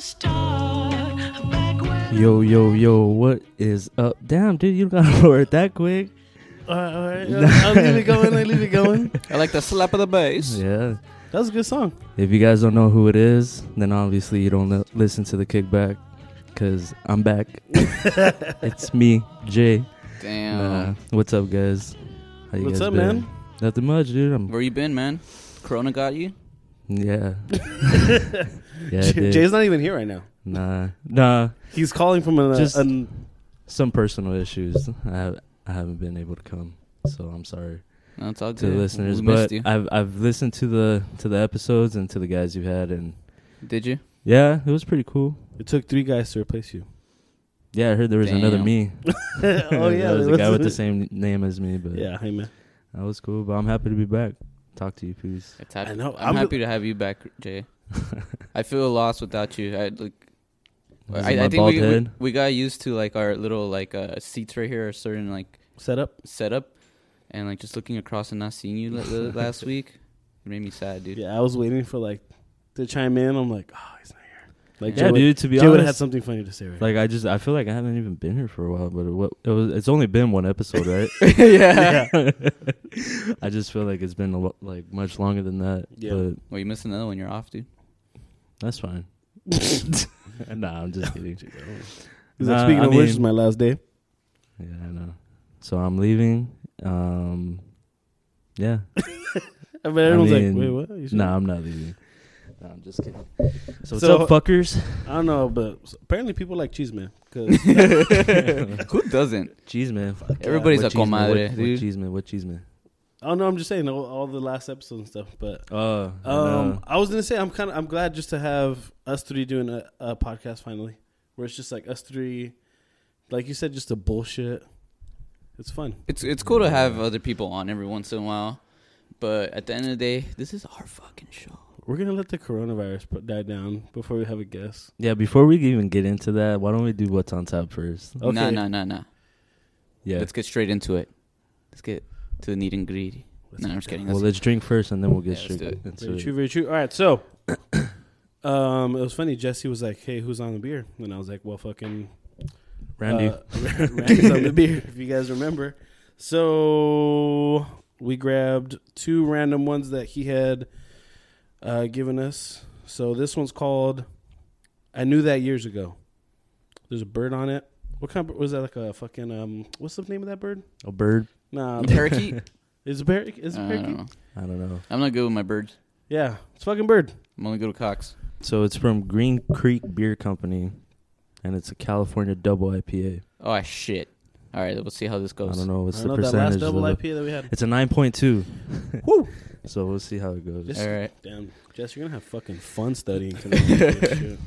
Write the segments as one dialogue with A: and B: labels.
A: start back when
B: Yo, yo, yo, what is up? Damn, dude, you gotta lower it that quick.
C: All right, Uh, all right. I'll leave it going. I leave it going.
D: I like the slap of the bass.
B: Yeah.
C: That was a good song.
B: If you guys don't know who it is, then obviously you don't li- listen to the kickback because I'm back. it's me, Jay.
D: Damn.
B: Nah, what's up, guys? How
C: What's
B: guys
C: up,
B: been?
C: man?
B: Nothing much, dude. I'm,
D: Where you been, man? Corona got you?
B: yeah. yeah, I
C: J-
B: did.
C: Jay's not even here right now.
B: Nah, nah.
C: He's calling from an, uh,
B: Just-
C: an
B: Some personal issues. I, I haven't been able to come, so I'm sorry.
D: No, it's all
B: to
D: good.
B: the listeners,
D: we missed
B: but
D: you.
B: I've I've listened to the to the episodes and to the guys you had, and
D: Did you?
B: yeah, it was pretty cool.
C: it took three guys to replace you.
B: Yeah, I heard there was another
D: Damn.
B: me.
C: oh yeah,
B: there was a
C: what's
B: guy with
C: the-
B: the same name as me, but
C: Yeah, hey man.
B: that was cool. But I'm happy to be back. Talk to you, peace.
D: It's happy.
C: I know.
D: I'm,
C: I'm
D: happy to have you back, Jay. I feel lost without you. I like.
B: This is
D: I,
B: my
D: I think
B: bald
D: we, we
B: head.
D: we got used to like our little like uh, seats right here, a certain like
C: Set up.
D: setup, and like just looking across and not seeing you li- li- last week, it made me sad, dude.
C: Yeah, I was waiting for like to chime in. I'm like, oh, he's not here. Like,
B: Yeah,
C: Jay would-
B: dude. To be
C: Jay would have had
B: honest,
C: something funny to say. Right?
B: like I just I feel like I haven't even been here for a while, but it, wa- it was it's only been one episode, right?
D: yeah.
B: I just feel like it's been a lo- like much longer than that.
C: Yeah.
B: but
D: Well, you missed another one. You're off, dude.
B: that's fine. nah, I'm just kidding.
C: He's like,
B: Nah,
C: speaking
B: I
C: of which,
B: mean-
C: is my last day.
B: Yeah, I know. So I'm leaving. Um, yeah.
C: I mean, everyone's
B: mean,
C: like, wait, what? You sure?
B: No, I'm not leaving. No, I'm just kidding. So what's
C: So-
B: up, fuckers?
C: I don't know, but apparently people like cheese, man. 'cause-
D: Who doesn't?
B: Cheese man.
D: Everybody's
B: What
D: a
B: cheese man?
D: comadre,
B: What, what
D: dude.
B: cheese man? What cheese man?
C: I don't know. I'm just saying all, all the last episodes and stuff, but
B: Oh, I
C: Um,
B: know.
C: I was gonna say I'm kind of I'm glad just to have us three doing a, a podcast finally, where it's just like us three, like you said, just the bullshit. It's fun.
D: It's it's cool to have other people on every once in a while, but at the end of the day, this is our fucking show.
C: We're gonna let the coronavirus put, die down before we have a guest.
B: yeah. Before we even get into that, why don't we do what's on top first?
C: Okay.
D: Nah, nah, nah, nah.
B: Yeah.
D: Let's get straight into it. Let's get to the need and greedy. No, I'm just kidding.
B: well, let's drink first, and then we'll
D: Yeah,
B: get
D: let's
B: straight
D: do
B: into
C: Very
B: it.
C: true. Very true. All right. So, um, it was funny. Jesse was like, "Hey, who's on the beer?" And I was like, "Well, fucking
B: Randy,
C: uh, Randy's on the beer." If you guys remember, so we grabbed two random ones that he had uh, given us. So this one's called "I Knew That Years Ago." There's a bird on it. What kind of, was that? Like a fucking um, what's the name of that bird?
B: a bird.
C: Nah,
D: A parakeet?
C: is a parakeet? Is
D: I
C: it a
D: don't
C: parakeet?
D: know.
B: I don't know.
D: I'm not good with my birds.
C: Yeah, it's a fucking bird.
D: I'm only good with cocks.
B: So it's from Green Creek Beer Company, and it's a California double IPA.
D: Oh shit! All right, let's see how this
B: I
D: goes.
B: don't know what's
C: I
B: the
C: know that
B: percentage.
C: last double
B: of the-
C: IPA that we had.
B: It's a nine point two.
C: Woo!
B: So we'll see how it goes.
C: This-
D: All right,
C: Damn, Jess, you're gonna have fucking fun studying tonight.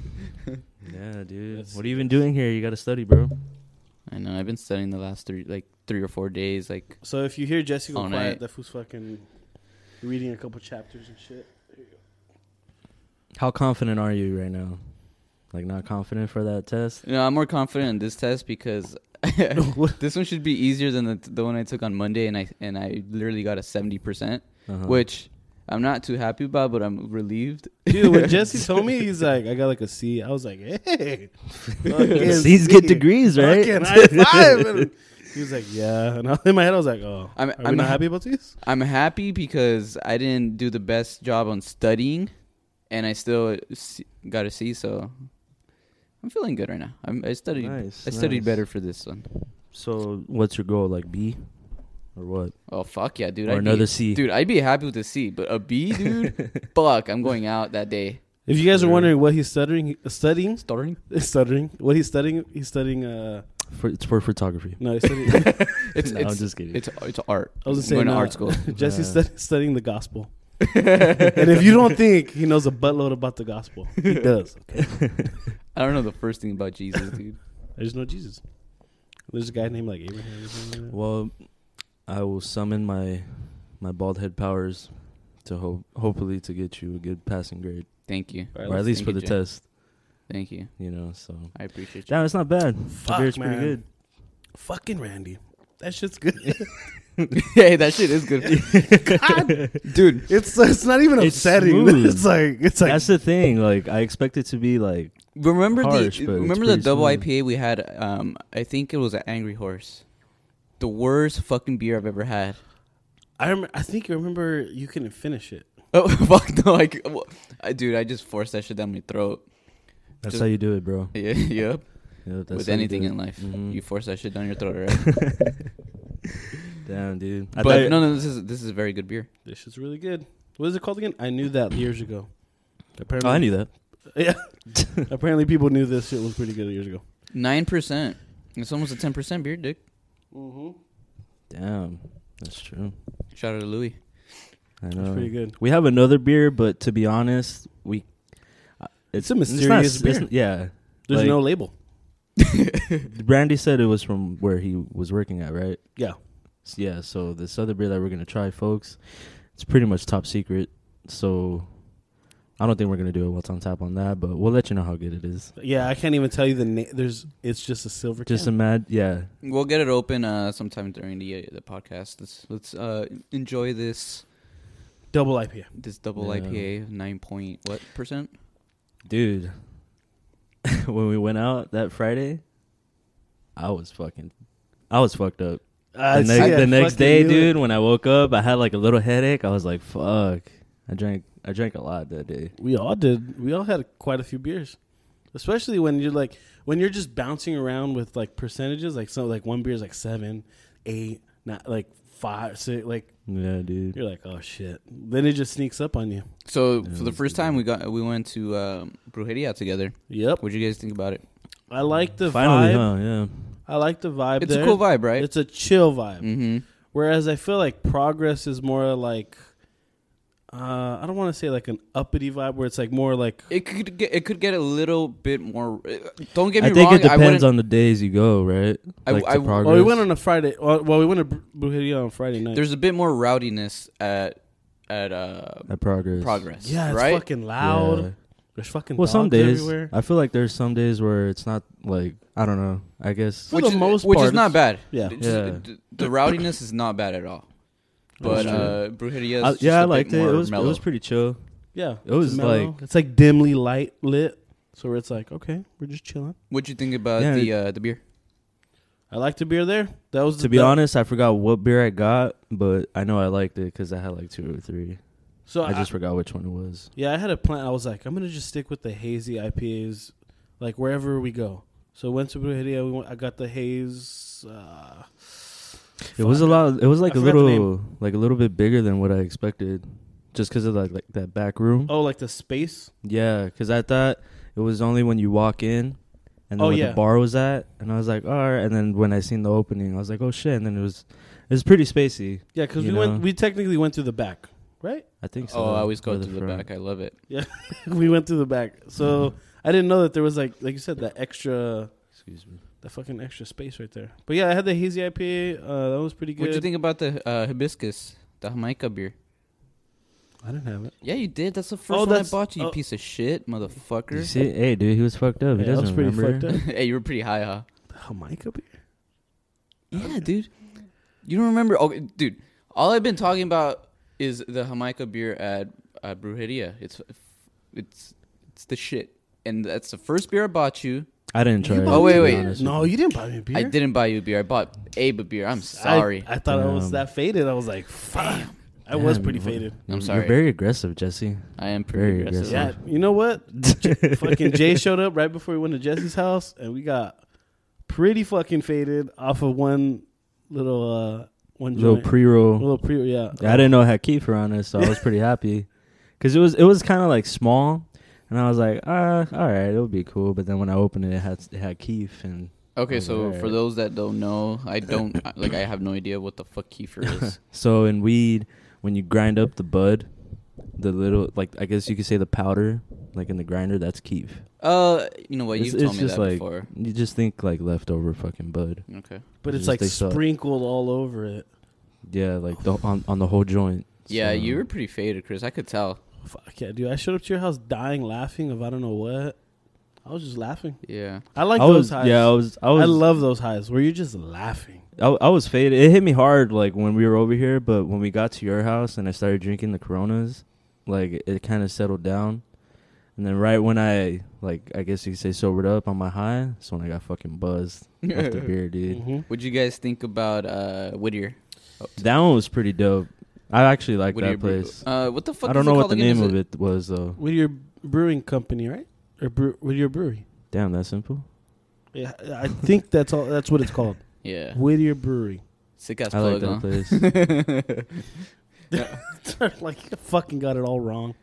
B: Yeah, dude.
C: That's-
B: what are you even doing here? You got to study, bro.
D: I know. I've been studying the last three, like three or four days. Like,
C: so if you hear Jesse go
D: All
C: quiet,
D: night.
C: that fool's fucking reading a couple chapters and shit.
B: How confident are you right now? Like not confident for that test?
D: you know, I'm more confident in this test because this one should be easier than the, the one I took on Monday, and I and I literally got a seventy percent.
B: Uh-huh.
D: which I'm not too happy about, but I'm relieved.
C: Dude, when Jesse told me, he's like, I got like a C. I was like, hey. fucking
B: C's
C: C.
B: get degrees, right?
C: Fucking high five. And he was like, yeah. And I- in my head, I was like, oh,
D: I'm-
C: are we
D: I'm
C: not
D: ha-
C: happy about these?
D: I'm happy because I didn't do the best job on studying, and I still s- got a C. So I'm feeling good right now. I'm, I studied.
B: Nice,
D: I studied
B: nice.
D: better for this one.
B: So, what's your goal? Like B, or what?
D: Oh fuck yeah, dude!
B: or
D: I'd
B: another
D: be,
B: C?
D: Dude, I'd be happy with a C, but a B, dude. fuck, I'm going out that day.
C: If you guys are wondering what he's stuttering, studying,
D: Starting?
C: stuttering, what he's studying, he's studying, uh,
B: For, it's for photography.
C: no, he's studying,
D: It's,
B: No,
D: it's,
B: I'm just kidding.
D: It's it's art.
C: I was
D: I'm
C: going
D: going
C: to
D: to art school.
C: Jesse's
B: Yeah.
C: stud- studying the gospel. and if you don't think he knows a buttload about the gospel, he does. Okay,
D: I don't know the first thing about Jesus, dude.
C: I just know Jesus. There's a guy named like Abraham. Or something like that.
B: well, I will summon my my bald head powers to hope, hopefully, to get you a good passing grade,
D: Thank you.
C: All right,
B: or at
C: let's
D: thank
B: least for
D: you,
B: the
D: Jay.
B: test.
D: Thank you.
B: You know, so
D: I appreciate you.
B: damn, it's not bad.
C: Fuck,
B: the beer's
C: man.
B: pretty good.
C: fucking Randy. That shit's good.
D: hey, that shit is good. dude.
C: It's it's not even
B: It's
C: upsetting.
B: smooth.
C: It's like it's like
B: That's the thing. Like, I expect it to be like
D: Remember
B: harsh,
D: the
B: but it's
D: remember the
B: pretty
D: double
B: smooth.
D: IPA we had? Um, I think it was an Angry Horse. The worst fucking beer I've ever had.
C: I rem- I think I remember you couldn't finish it.
D: Oh fuck no! Like, w- I, dude, I just forced that shit down my throat.
B: That's
D: Just-
B: how you do it, bro.
D: Yeah, yep.
B: Yeah, that's
D: With
B: how you
D: anything
B: do it.
D: in life,
B: Mhm.
D: you force that shit down your throat. Right?
B: Damn, dude. I
D: but
B: thought-
D: no, no, this is this is a very good beer.
C: This is really good. What is it called again? I knew that years ago. Apparently,
B: Oh, I knew that.
C: Yeah. Apparently, people knew this shit was pretty good years ago.
D: Nine percent. It's almost a ten percent beer, dick.
C: Mm-hmm.
B: Damn, that's true.
D: Shout out to Louis.
B: I know.
C: That's pretty good.
B: We have another beer, but to be honest, we uh,
C: It's a
B: not
C: mysterious
B: s- it's
C: beer.
B: n- yeah,
C: There's
B: Like-
C: no label.
B: Brandy said it was from where he was working at, right?
C: Yeah.
B: S- Yeah. So this other beer that we're gonna try, folks, it's pretty much top secret. So I don't think we're gonna do a what's on tap on that, but we'll let you know how good it is.
C: Yeah, I can't even tell you the name. There's, it's just a silver.
B: Just
C: can.
B: a mad, yeah.
D: We'll get it open uh, sometime during the uh, the podcast. Let's let's uh, enjoy this
C: double IPA.
D: this double
B: Yeah.
D: IPA nine point what percent?
B: Dude, when we went out that Friday, I was fucking, I was fucked up.
C: I
B: the next,
C: see, I
B: the next
C: fucking
B: day,
C: knew
B: dude,
C: it.
B: when I woke up, I had like a little headache. I was like, "Fuck!" I drank, I drank a lot that day.
C: We all did. We all had quite a few beers, especially when you're like when you're just bouncing around with like percentages. Like so, like one beer is like seven, eight, not like five, six. Like
B: Yeah, dude.
C: you're like, oh shit. Then it just sneaks up on you.
D: So for the first time we got we went to um, Brujeria together.
C: Yep.
D: What'd you guys think about it?
C: I like the
B: Finally,
C: vibe.
B: huh? Yeah.
C: I like the vibe.
D: It's
C: there.
D: a cool vibe, right?
C: It's a chill vibe.
D: mm-hmm.
C: Whereas I feel like progress is more like. Uh, I don't want to say like an uppity vibe where it's like more like
D: It could get it could get a little bit more. uh, Don't get me
B: I think
D: wrong.
B: it depends
D: I
B: on the days you go, right?
D: I-
B: Like
D: I-
B: the
D: well,
B: progress.
C: Well, we went on a Friday. Well, well we went to Bru- Brujeria on Friday night.
D: There's a bit more rowdiness at at uh,
B: At progress.
D: progress.
C: yeah, it's
D: right.
C: fucking loud.
B: Yeah.
C: There's fucking
B: Well,
C: dogs
B: some days
C: everywhere.
B: I feel like there's some days where it's not like I don't know. I guess
C: For the
D: is,
C: most
D: which
C: part,
D: is not bad.
C: yeah.
D: It's-
B: Yeah.
D: th- the rowdiness is not bad at all. But
C: That's
D: uh, Brujeria,
B: I, yeah, I liked it. It was it was pretty chill.
C: Yeah,
B: It was
C: it's mellow.
B: like-
C: it's like dimly light lit, so it's like okay, we're just chilling.
D: What'd you think about
B: Yeah,
D: the uh, the beer?
C: I like the beer there. That was
B: To
C: the-
B: be
C: that-
B: honest, I forgot what beer I got, but I know I liked it because I had like two or three.
C: So
B: I just forgot which one it was.
C: yeah, I had a plan. I was like, I'm gonna just stick with the hazy IPAs, like wherever we go. So went to Brujeria. We went, I got the haze. Uh,
B: It was a
C: fuck.
B: lot. It was like a
C: I forgot the
B: little, like a little bit bigger than what I expected, just because of like, like that back room.
C: Oh, like the space.
B: Yeah, because I thought it was only when you walk in, and then
C: Oh,
B: where
C: yeah.
B: the bar was at, and I was like, all right. And then when I seen the opening, I was like, oh shit. And then it was, it was pretty spacey.
C: Yeah, because we
B: You
C: went.
B: know.
C: We technically went through the back, right?
B: I think so.
D: oh, I always go
B: Or
D: to the
B: front.
D: back. I love it.
C: we went through the back. So I didn't know that there was like like you said that extra
B: Excuse me.
C: that fucking extra space right there. But yeah, I had the hazy IPA. Uh, that was pretty good.
D: What'd you think about the uh, hibiscus, the Jamaica beer?
C: I didn't have it.
D: Yeah, you did. That's the first
C: Oh,
D: one I
C: that's-
D: bought you, you
C: oh.
D: piece of shit,
B: You
D: motherfucker.
B: see, hey, dude, he was fucked up. He
C: Yeah, I
B: doesn't
C: was pretty
B: remember.
C: fucked up.
D: hey, you were pretty high, huh?
C: Jamaica beer.
D: Yeah, dude. You don't remember? Oh, dude. All I've been talking about is the Jamaica beer at uh, Brujeria. It's it's it's the shit, and that's the first beer I bought you.
B: I didn't try.
C: You
B: it,
C: bought
B: to
D: me
B: be
D: a beer?
B: honest
C: No,
B: with
C: you didn't buy me a beer.
D: I didn't buy you a beer. I bought Abe a beer. I'm
C: I-
D: sorry.
C: I, thought I was
B: Damn.
C: that faded. I was like, fuck. I was
B: Damn,
C: pretty
B: you-
C: faded.
B: you.
D: I'm sorry.
B: You're very aggressive, Jesse.
D: I am
B: Very
D: pretty aggressive.
B: aggressive.
C: Yeah, you know what? J- fucking Jay showed up right before we went to Jesse's house, and we got pretty fucking faded off of one little uh one
B: Little
C: joint.
B: pre-roll.
C: little pre yeah.
B: I didn't know it had Keith around us, so I was pretty happy because it was it was kind of like small, and I was like, ah, all right, it'll be cool. But then when I opened it, it had it had Keith, and
D: Okay,
B: Oh,
D: so for
B: right.
D: those that don't know, I don't like. I have no idea what the fuck kefir is.
B: so in weed, when you grind up the bud, the little like I guess you could say the powder, like in the grinder, that's Keith.
D: Uh, you know what?
B: It's-
D: You've told
B: it's
D: me
B: just
D: that
B: like-
D: before.
B: You just think like leftover fucking bud,
D: Okay.
C: But
B: It's
C: it's
B: just
C: like
B: they suck.
C: sprinkled all over it.
B: yeah, like the, on on the whole joint.
D: Yeah,
B: So-
D: you were pretty faded, Chris. I could tell.
C: Fuck yeah, dude! I showed up to your house dying laughing of I don't know what. I was just laughing.
D: Yeah.
C: I like
B: I
C: those
B: was
C: highs.
B: yeah, I was I
C: I,
B: was
C: love those highs where you're just laughing.
B: I, I was faded. It hit me hard like when we were over here, but when we got to your house and I started drinking the Coronas, like it kind of settled down. And then right when I like, I guess you could say sobered up on my high, that's when I got fucking buzzed off the beer, dude.
C: Mhm.
D: What'd you guys think about uh, Whittier?
B: That one was pretty dope. I actually like
D: Whittier
B: that
D: Brew-
B: place.
D: Uh, what the fuck?
B: I don't
D: is
B: know
D: it
B: what
D: called
B: the
D: again?
B: name
D: Is
B: of it was though.
C: With your brewing company, right? Or brew, with your brewery?
B: Damn, that simple.
C: Yeah, I think that's all. That's what it's called.
D: Yeah,
C: With your brewery.
D: sick ass
B: I like
D: plug.
B: that
D: huh?
B: place.
C: like I fucking got it all wrong.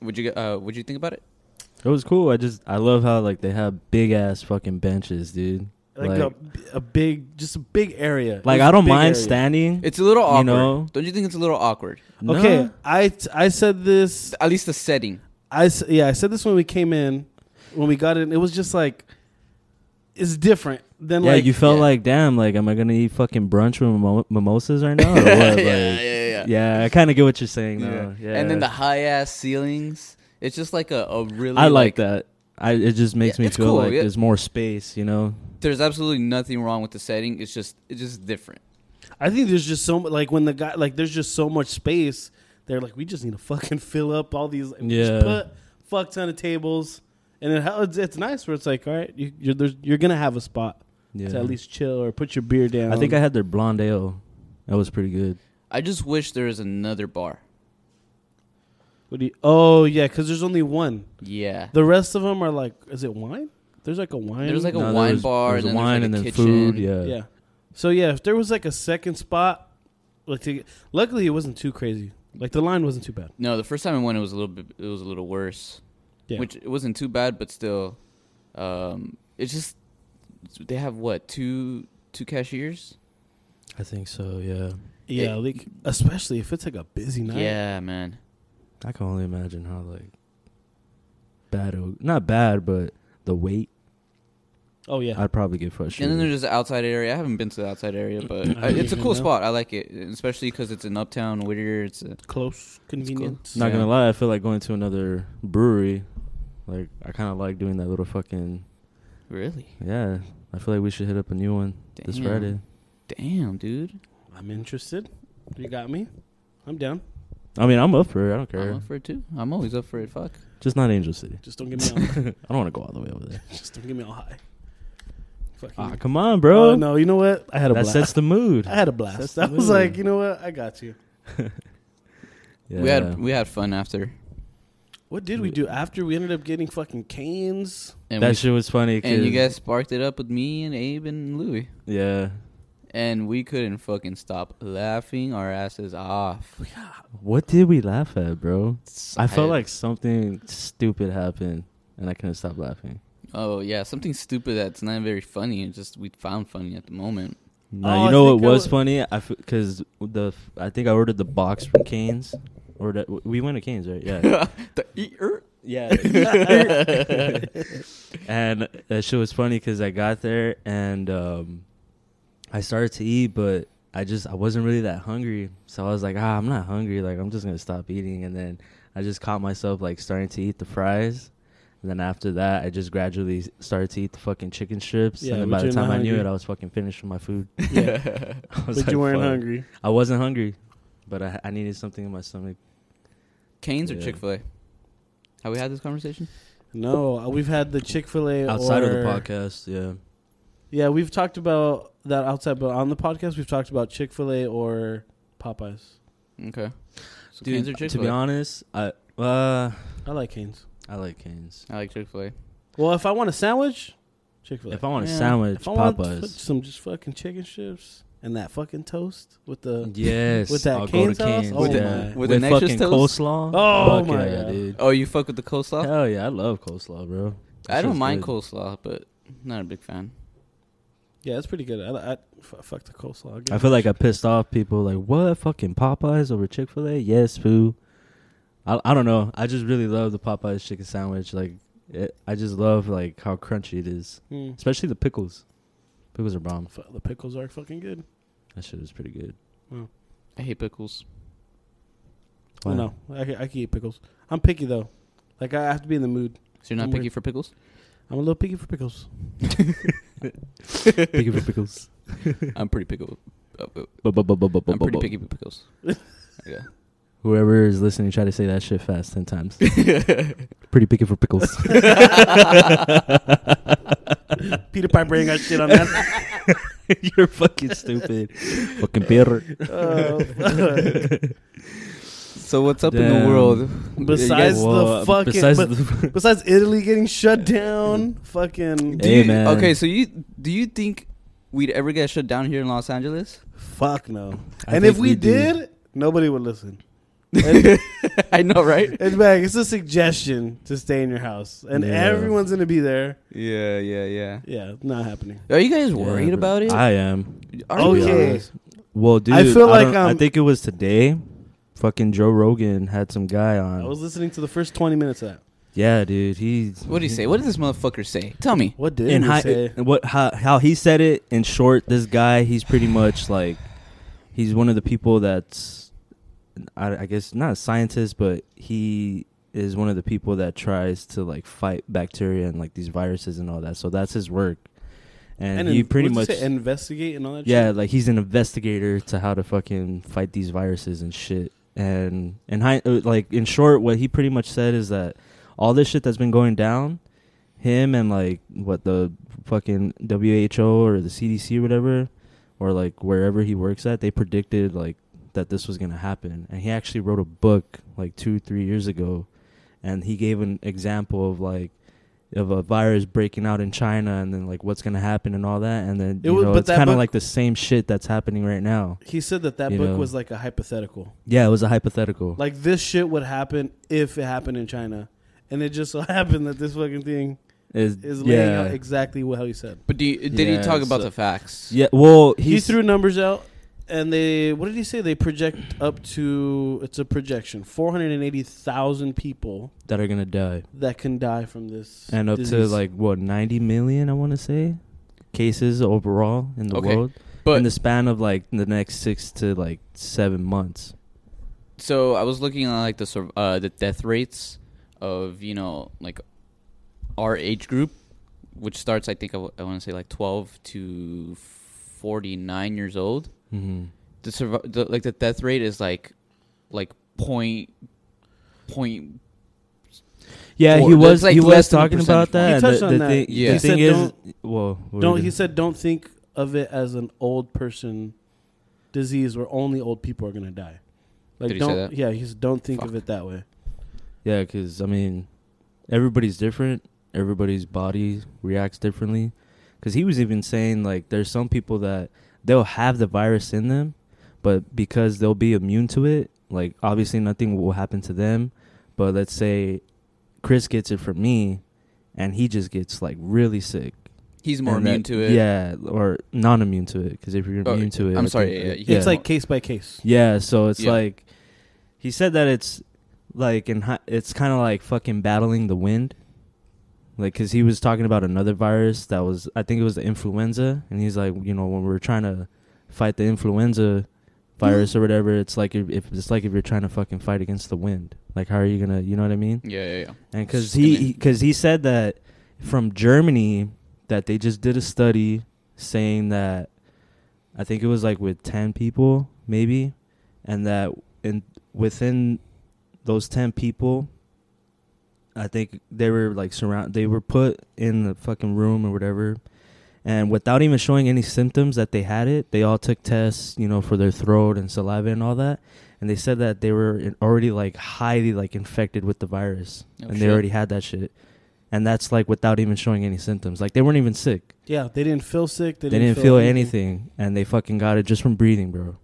D: Would you? Uh, would you think about it?
B: It was cool. I just I love how like they have big ass fucking benches, dude.
C: Like,
B: Like-
C: a, a big, just a big area.
B: Like
C: Just
B: I
C: a
B: don't
C: big
B: mind
C: area.
B: standing.
D: It's a little awkward.
B: You know?
D: Don't you think it's a little awkward?
B: No.
C: Okay, I t- I said this.
D: At least the setting.
C: I s- yeah, I said this when we came in, when we got in. It was just like, it's different than
B: yeah,
C: like
B: you felt
D: yeah.
B: like damn. Like, am I gonna eat fucking brunch with mimo- mimosas right now? Or what? Like,
D: yeah, yeah, yeah.
B: yeah, I kind of get what you're saying though. Yeah.
D: And then the high ass ceilings. It's just like a, a really.
B: I like that. I it just makes
D: Yeah,
B: me
D: it's
B: feel
D: cool,
B: like
D: yeah.
B: there's more space. You know.
D: There's absolutely nothing wrong with the setting. It's just it's just different.
C: I think there's just so mu- like when the guy like there's just so much space. They're like, we just need to fucking fill up all these. Like,
B: Yeah.
C: Just put fuck ton of tables, and it, hel- it's, it's nice where it's like, all right, you, you're there's, you're gonna have a spot
B: Yeah.
C: to at least chill or put your beer down.
B: I
D: Um,
B: think I had their blonde ale. That was pretty good.
D: I just wish there was another bar.
C: What do you, oh yeah, because there's only one.
D: Yeah.
C: The rest of them are like, is it wine? There's like a wine.
D: There's like a
B: No, there
D: wine
B: was-
D: bar and then there's,
B: there was a wine
D: like,
B: and
D: a
B: then
D: kitchen.
B: food. Yeah.
C: yeah. So yeah, if there was like a second spot, like to, luckily it wasn't too crazy. Like the line wasn't too bad.
D: No, the first time I went, it was a little bit. It was a little worse.
C: Yeah.
D: Which it wasn't too bad, but still, um, it's just they have what two two cashiers.
B: I think so. Yeah.
C: Yeah, like especially if it's like a busy night.
D: Yeah, man.
B: I can only imagine how like bad. It was. Not bad, but the weight.
C: Oh yeah.
B: I'd probably get
D: And
B: frustrated.
D: then there's the outside area. I haven't been to the outside area, but I,
C: I
D: it's a
C: don't
D: cool
C: know.
D: spot. I like it, especially because it's in Uptown Whittier. It's a,
C: close, convenient.
B: Not
D: Yeah.
B: gonna lie, I feel like going to another brewery. Like I kind of like doing that little fucking
D: really
B: yeah. I feel like we should hit up a new one this
D: Damn.
B: Friday.
D: damn dude.
C: I'm interested. You got me. I'm down.
B: I mean, I'm up for it. I don't care.
D: I'm up for it too. I'm always up for it. Fuck.
B: Just not Angel City.
C: Just don't get me all.
B: I don't want to go all the way over there.
C: just don't get me all high. Fucking.
B: Ah, come on, bro.
C: Oh, no, you know what? I had a
B: that
C: blast.
B: sets the mood.
C: I had a
B: Sets
C: blast.
B: the
C: I was
B: mood.
C: like, you know what? I got you.
B: Yeah.
D: We had we had fun after,
C: What did we do after we ended up getting fucking canes?
D: and
B: that
D: we,
B: shit was funny.
D: and you
B: 'cause-
D: guys sparked it up with me and Abe and Louie.
B: yeah.
D: and we couldn't fucking stop laughing our asses off.
B: What did we laugh at, bro? I felt like something stupid happened, and I couldn't stop laughing.
D: oh yeah, something stupid that's not very funny. It's just we found funny at the moment.
B: No,
C: Oh,
B: you
C: I
B: know what
C: think I
B: was
C: would-
B: funny? I because the f- I think I ordered the box from Canes. Or that, we went to Canes, right? Yeah,
D: The eater.
B: yeah. and that shit was funny because I got there and um, I started to eat, but I just I wasn't really that hungry, so I was like, ah, I'm not hungry. Like I'm just gonna stop eating, and then I just caught myself like starting to eat the fries. And then after that, I just gradually s- started to eat the fucking chicken strips.
C: Yeah,
B: and then
C: but
B: by the
C: you're not
B: time I knew
C: hungry.
B: it, I was fucking finished with my food.
C: Yeah.
B: I was
C: but
B: like,
C: you weren't
B: "Fuck."
C: hungry.
B: I wasn't hungry, but I, I needed something in my stomach.
D: Canes or
B: Yeah.
D: Chick Fil A? Have we had this conversation?
C: No, uh, we've had the Chick Fil A
B: Outside of the podcast, yeah.
C: Yeah, we've talked about that outside, but on the podcast, we've talked about Chick Fil A or Popeyes.
D: Okay. So
B: Dude,
D: Canes or Chick
B: to
D: Fil
B: be
D: A?
B: honest, I uh,
C: I like canes.
B: I like Canes.
D: I like Chick Fil A.
C: Well, if I want a sandwich, Chick Fil A.
B: If I want a
D: Yeah.
B: sandwich,
C: If I want
B: Popeyes.
C: f- some just fucking chicken strips and that fucking toast with the
B: yes,
C: with that
B: I'll go
C: cane
B: to
C: sauce?
B: Cane's.
C: Oh
B: with
C: my.
B: with,
D: With an extra
B: fucking
D: toast?
B: coleslaw.
C: Oh
B: Fuck
C: my
B: yeah,
C: God.
B: dude.
D: Oh, you fuck with the coleslaw?
B: Hell yeah, I love coleslaw, bro. That
D: I don't
B: shit's
D: mind
B: good.
D: coleslaw, but not a big fan.
C: yeah, that's pretty good. I, I f- fuck the coleslaw.
B: I feel like I pissed off people. Like what? Fucking Popeyes over Chick Fil A? Yes, foo. I I don't know. I just really love the Popeyes chicken sandwich. Like it, I just love like how crunchy it is,
C: Mm.
B: especially the pickles. Pickles are bomb.
C: F- the pickles are fucking good.
B: That shit is pretty good.
D: I hate pickles.
B: Wow.
C: No, I, can- I can eat pickles. I'm picky though. Like I have to be in the mood.
D: So you're not
C: I'm
D: picky
C: weird.
D: for pickles?
C: I'm a little picky for pickles.
B: Picky for pickles.
D: I'm pretty pickle. uh, uh,
B: Bu- bu- bu- bu- bu-
D: I'm
B: bu-
D: pretty
B: bu-
D: picky for pickles. yeah.
B: Whoever is listening, try to say that shit fast ten times. Pretty picky for pickles.
C: Peter Piper ain't got shit on that.
B: You're fucking stupid. fucking Peter.
C: Oh, fuck.
D: So what's up in
B: Damn.
D: the world?
C: Besides
D: You
B: Well,
C: the
B: uh,
C: fucking.
B: besides
C: but-
B: the-
C: besides Italy getting shut down, fucking.
D: do
B: Hey,
D: you-
B: man.
D: Okay, so you do you think we'd ever get shut down here in Los Angeles?
C: Fuck no.
B: I
C: and if
B: think
C: we,
B: we do.
C: did, nobody would listen. And
D: I know, right?
C: it's back. It's a suggestion to stay in your house, and
B: Yeah.
C: everyone's gonna be there.
D: Yeah, yeah, yeah.
C: Yeah, not happening.
D: Are you guys
B: Yeah,
D: worried
B: bro.
D: about it?
B: I am.
D: Are you?
C: okay,
B: honest. Well, dude,
C: I feel like,
B: don't- I
C: um,
B: think it was today. Fucking Joe Rogan had some guy
C: I
B: on.
C: was listening to the first twenty minutes of that.
B: yeah, dude. He's
D: What did he say? What did this motherfucker say? Tell me.
C: What did
B: in
C: he
B: hi-
C: say?
B: and what how, how he said it in short this guy he's pretty much like he's one of the people that's I, I guess not a scientist but he is one of the people that tries to like fight bacteria and like these viruses and all that so that's his work and, he
C: in-
B: pretty much
C: what'd you say, investigate and all that.
B: yeah
C: shit?
B: like he's an investigator to how to fucking fight these viruses and shit and in hi- uh, like in short what he pretty much said is that all this shit that's been going down him and like what the fucking WHO or the CDC or whatever or like wherever he works at they predicted like that this was going to happen and he actually wrote a book like 2 3 years ago and he gave an example of like of a virus breaking out in China and then like what's going to happen and all that and then
C: It
B: you
C: was-
B: know
C: but
B: it's
C: that
B: kind of
C: book-
B: like the same shit that's happening right now.
C: he said that that
B: You
C: book
B: know.
C: was like a hypothetical.
B: Yeah, it was a hypothetical.
C: Like this shit would happen if it happened in China, and it just so happened that this fucking thing
B: Is-
C: is laying out
B: yeah.
C: exactly what how he said.
D: But do you, did
B: Yeah,
D: he talk about
B: so-
D: the facts?
B: Yeah, well,
C: he
B: he's-
C: threw numbers out and they what did he say they project up to it's a projection 480,000 people
B: that are going to die.
C: that can die from this
B: and up to
C: disease.
B: like what 90 million i want to say cases overall in the
D: Okay,
B: world
D: but-
B: in the span of like the next six to like seven months
D: So I was looking at like the sur- uh, the death rates of you know like our age group, which starts I think I, want to say like twelve to forty nine years old.
B: mm-hmm.
D: The, surv- the like the death rate is like like point point.
B: yeah
D: Or
B: he
D: that's,
B: was
D: like,
B: he
D: less
B: was
D: than a
B: talking
D: percentage
B: about
D: point.
B: that
C: He
B: and
C: touched
B: the,
C: on
B: the
C: that.
B: thing,
D: Yeah.
B: the
D: He
B: thing
C: said
B: is
C: don't-
B: well what were
C: don't
B: you
C: he
B: gonna-
C: said don't think of it as an old person disease where only old people are going to die like
D: Did he say
C: don't
D: that?
C: yeah he's don't think of
D: Fuck.
C: it that way
B: yeah because i mean everybody's different everybody's body reacts differently because he was even saying like there's some people that they'll have the virus in them but because they'll be immune to it like obviously nothing will happen to them but let's say chris gets it from me and he just gets like really sick
D: He's more
B: And
D: immune
B: that-
D: to it.
B: yeah or non-immune to it because if you're
D: Oh,
B: immune to it
D: I'm
B: I
D: sorry,
B: think
D: yeah,
B: it-
D: yeah.
C: it's like case by case
B: yeah, so it's
D: Yeah.
B: like he said that it's like and hi- it's kind of like fucking battling the wind. Like cuz he was talking about another virus that was I think it was the influenza and he's like, you know, when we're trying to fight the influenza virus or whatever, it's like if if- it's like if you're trying to fucking fight against the wind. Like how are you going to, you know what I mean?
D: yeah, yeah, Oh, yeah.
B: And because
D: It's gonna-
B: he, because he said that from Germany that they just did a study saying that I think it was like with ten people maybe, and that in within those ten people, I think they were like surround they were put in the fucking room or whatever. And without even showing any symptoms that they had it, they all took tests, you know, for their throat and saliva and all that. And they said that they were in- already like highly like infected with the virus,
D: Oh,
B: and
D: shit.
B: they already had that shit. And that's like without even showing any symptoms. Like they weren't even sick.
C: yeah they didn't feel sick they,
B: They, didn't, feel anything. and they fucking got it just from breathing, bro.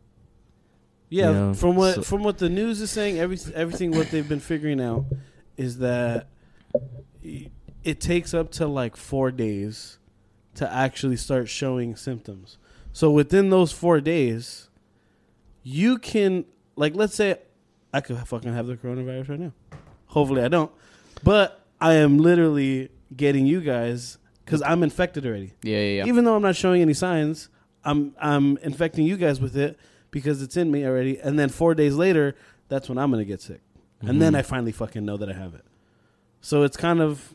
C: Yeah,
B: You know,
C: from what
B: so-
C: from what the news is saying, every everything what they've been figuring out is that y- it takes up to like four days to actually start showing symptoms. So within those four days, you can like let's say I could fucking have the coronavirus right now. Hopefully I don't, but I am literally getting you guys because I'm infected already
D: Yeah, yeah, yeah.
C: even though I'm not showing any signs, I'm I'm infecting you guys with it because it's in me already. And then four days later, that's when I'm
B: Mm-hmm.
C: gonna
B: Mhm.
C: get sick, and then I finally fucking know that I have it. So it's kind of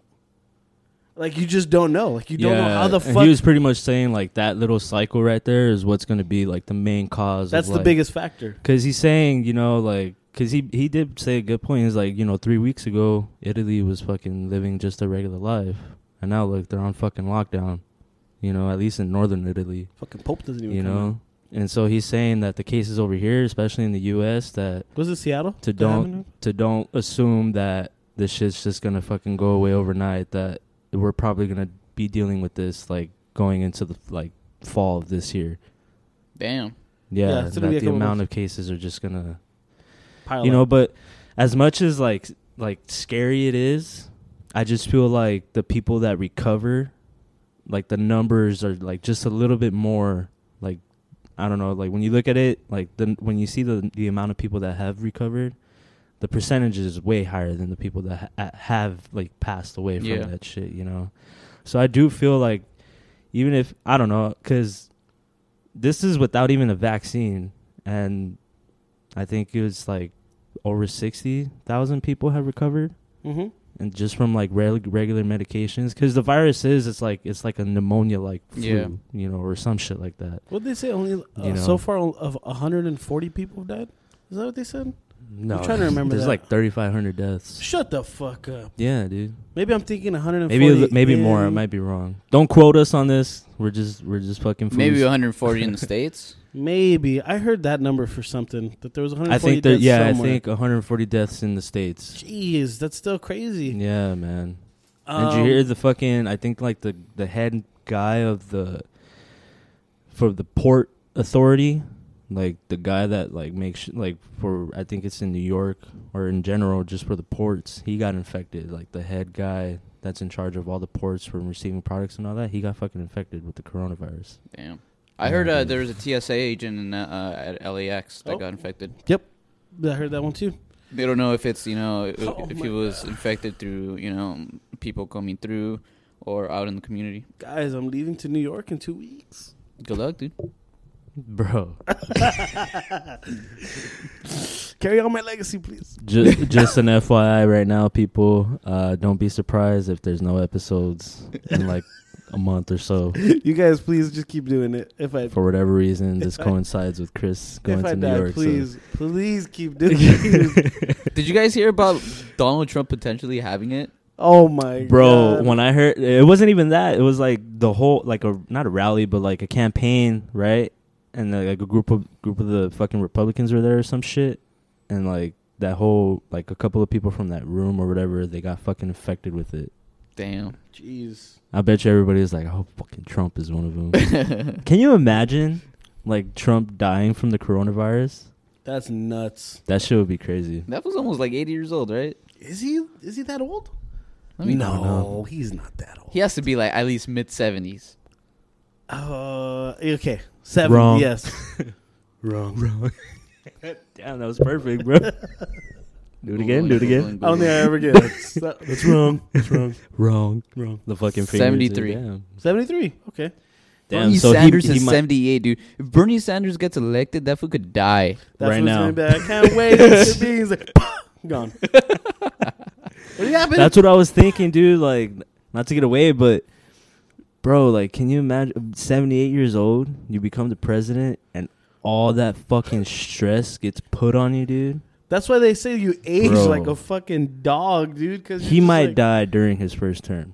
C: Like you just don't know. Like you don't know how the
B: and
C: fuck.
B: He was pretty much saying like that little cycle right there is what's going to be like the main cause.
C: that's the biggest factor.
B: because he's saying you know like because he he did say a good point. He's like you know three weeks ago Italy was fucking living just a regular life, and now look they're on fucking lockdown. You know, at least in northern Italy.
C: Fucking Pope doesn't even.
B: You
C: come out.
B: know, and so he's saying that the cases over here, especially in the U.S., that
C: was it Seattle?
B: to
C: That
B: don't
C: happened?
B: to don't assume that this shit's just gonna fucking go away overnight. That we're probably gonna be dealing with this like going into the like fall of this year.
D: Damn.
B: Yeah,
C: Yeah, it's
B: that
C: gonna be a
B: the
C: couple
B: amount of cases are just gonna
C: Pile
B: you
C: up.
B: know. But as much as like like scary it is, I just feel like the people that recover, like the numbers are like just a little bit more like I don't know like when you look at it like the when you see the the amount of people that have recovered. The percentage is way higher than the people that ha- have like passed away from
D: Yeah.
B: that shit, you know. So I do feel like even if I don't know, because this is without even a vaccine, and I think it was like over sixty thousand people have recovered,
C: Mhm.
B: and just from like reg- regular medications, because the virus is it's like it's like a pneumonia like flu,
D: Yeah.
B: you know, or some shit like that.
C: What they say? Only uh,
B: You know.
C: so far of 140 people have died. Is that what they said?
B: No,
C: trying to remember
B: There's
C: that.
B: like thirty five hundred deaths.
C: Shut the fuck up.
B: Yeah, dude.
C: Maybe I'm thinking 140.
B: Maybe a li- maybe more. I
C: in-
B: might be wrong. Don't quote us on this. We're just we're just fucking fools.
D: Maybe 140 in the states.
C: Maybe I heard that number for something that there was
B: I
C: 140.
B: think that
C: deaths
B: yeah,
C: somewhere.
B: I think 140 deaths in the states.
C: Jeez, that's still crazy. Um,
B: Yeah, man. Did you hear the fucking? I think like the the head guy of the for the port authority, like the guy that like makes like for I think it's in New York or in general just for the ports. He got infected. Like the head guy that's in charge of all the ports from receiving products and all that. He got fucking infected with the coronavirus.
D: Damn. I heard uh, there was a TSA agent in, uh, uh, at LAX that
C: Oh.
D: got infected.
C: Um, I heard that one too.
D: They don't know if it's you know if,
C: Oh
D: if
C: my
D: he was infected through you know people coming through or out in the community.
C: Guys, I'm leaving to New York in two weeks.
D: Good luck, dude.
B: Bro,
C: Carry on my legacy, please.
B: just, just an FYI right now, people. Uh, don't be surprised if there's no episodes in like a month or so.
C: you guys, please just keep doing it. If I
B: for whatever reason, this
C: If I-
B: coincides with Chris going
C: if
B: to
C: I
B: New
C: die,
B: York. so-
C: please, please keep doing it.
D: Did you guys hear about Donald Trump potentially having it?
C: oh my
B: Bro,
C: God.
B: when I heard it wasn't even that. It was like the whole like a not a rally, but like a campaign, right? And like a group of group of the fucking Republicans were there or some shit, and like that whole like a couple of people from that room or whatever they got fucking infected with it.
D: Damn.
C: Jeez.
B: I bet you everybody was like, "Oh, fucking Trump is one of them." Can you imagine like Trump dying from the coronavirus?
C: That's nuts.
B: That shit would be crazy.
D: That was almost like 80 years old, right?
C: Is he is he that old?
D: Let me
B: don't know.
C: he's not that old.
D: He has to be like at least mid 70s.
C: Uh, okay, seven.
B: Wrong.
C: Yes. wrong. Wrong.
B: Damn, that was perfect, bro. do it again. Do it again.
C: I don't think I ever get it. It's not- That's wrong. That's wrong.
B: Wrong.
C: Wrong.
B: The fucking fingers.
D: 73.
B: Damn.
C: Seventy-three. Okay.
B: Damn.
D: Bernie
B: so he-
D: Sanders
B: he,
D: is
B: might-
D: 78, dude. If Bernie Sanders gets elected, that fool could die.
C: That's
B: Right
C: what's
B: now.
C: Gonna be. I can't wait. to be. He's like, gone. what happened?
B: That's what I was thinking, dude. Like, not to get away, but bro, like, can you imagine? Seventy-eight years old, you become the president, and all that fucking stress gets put on you, dude.
C: That's why they say you age
B: Bro.
C: like a fucking dog, dude. Because
B: He might die during his first term,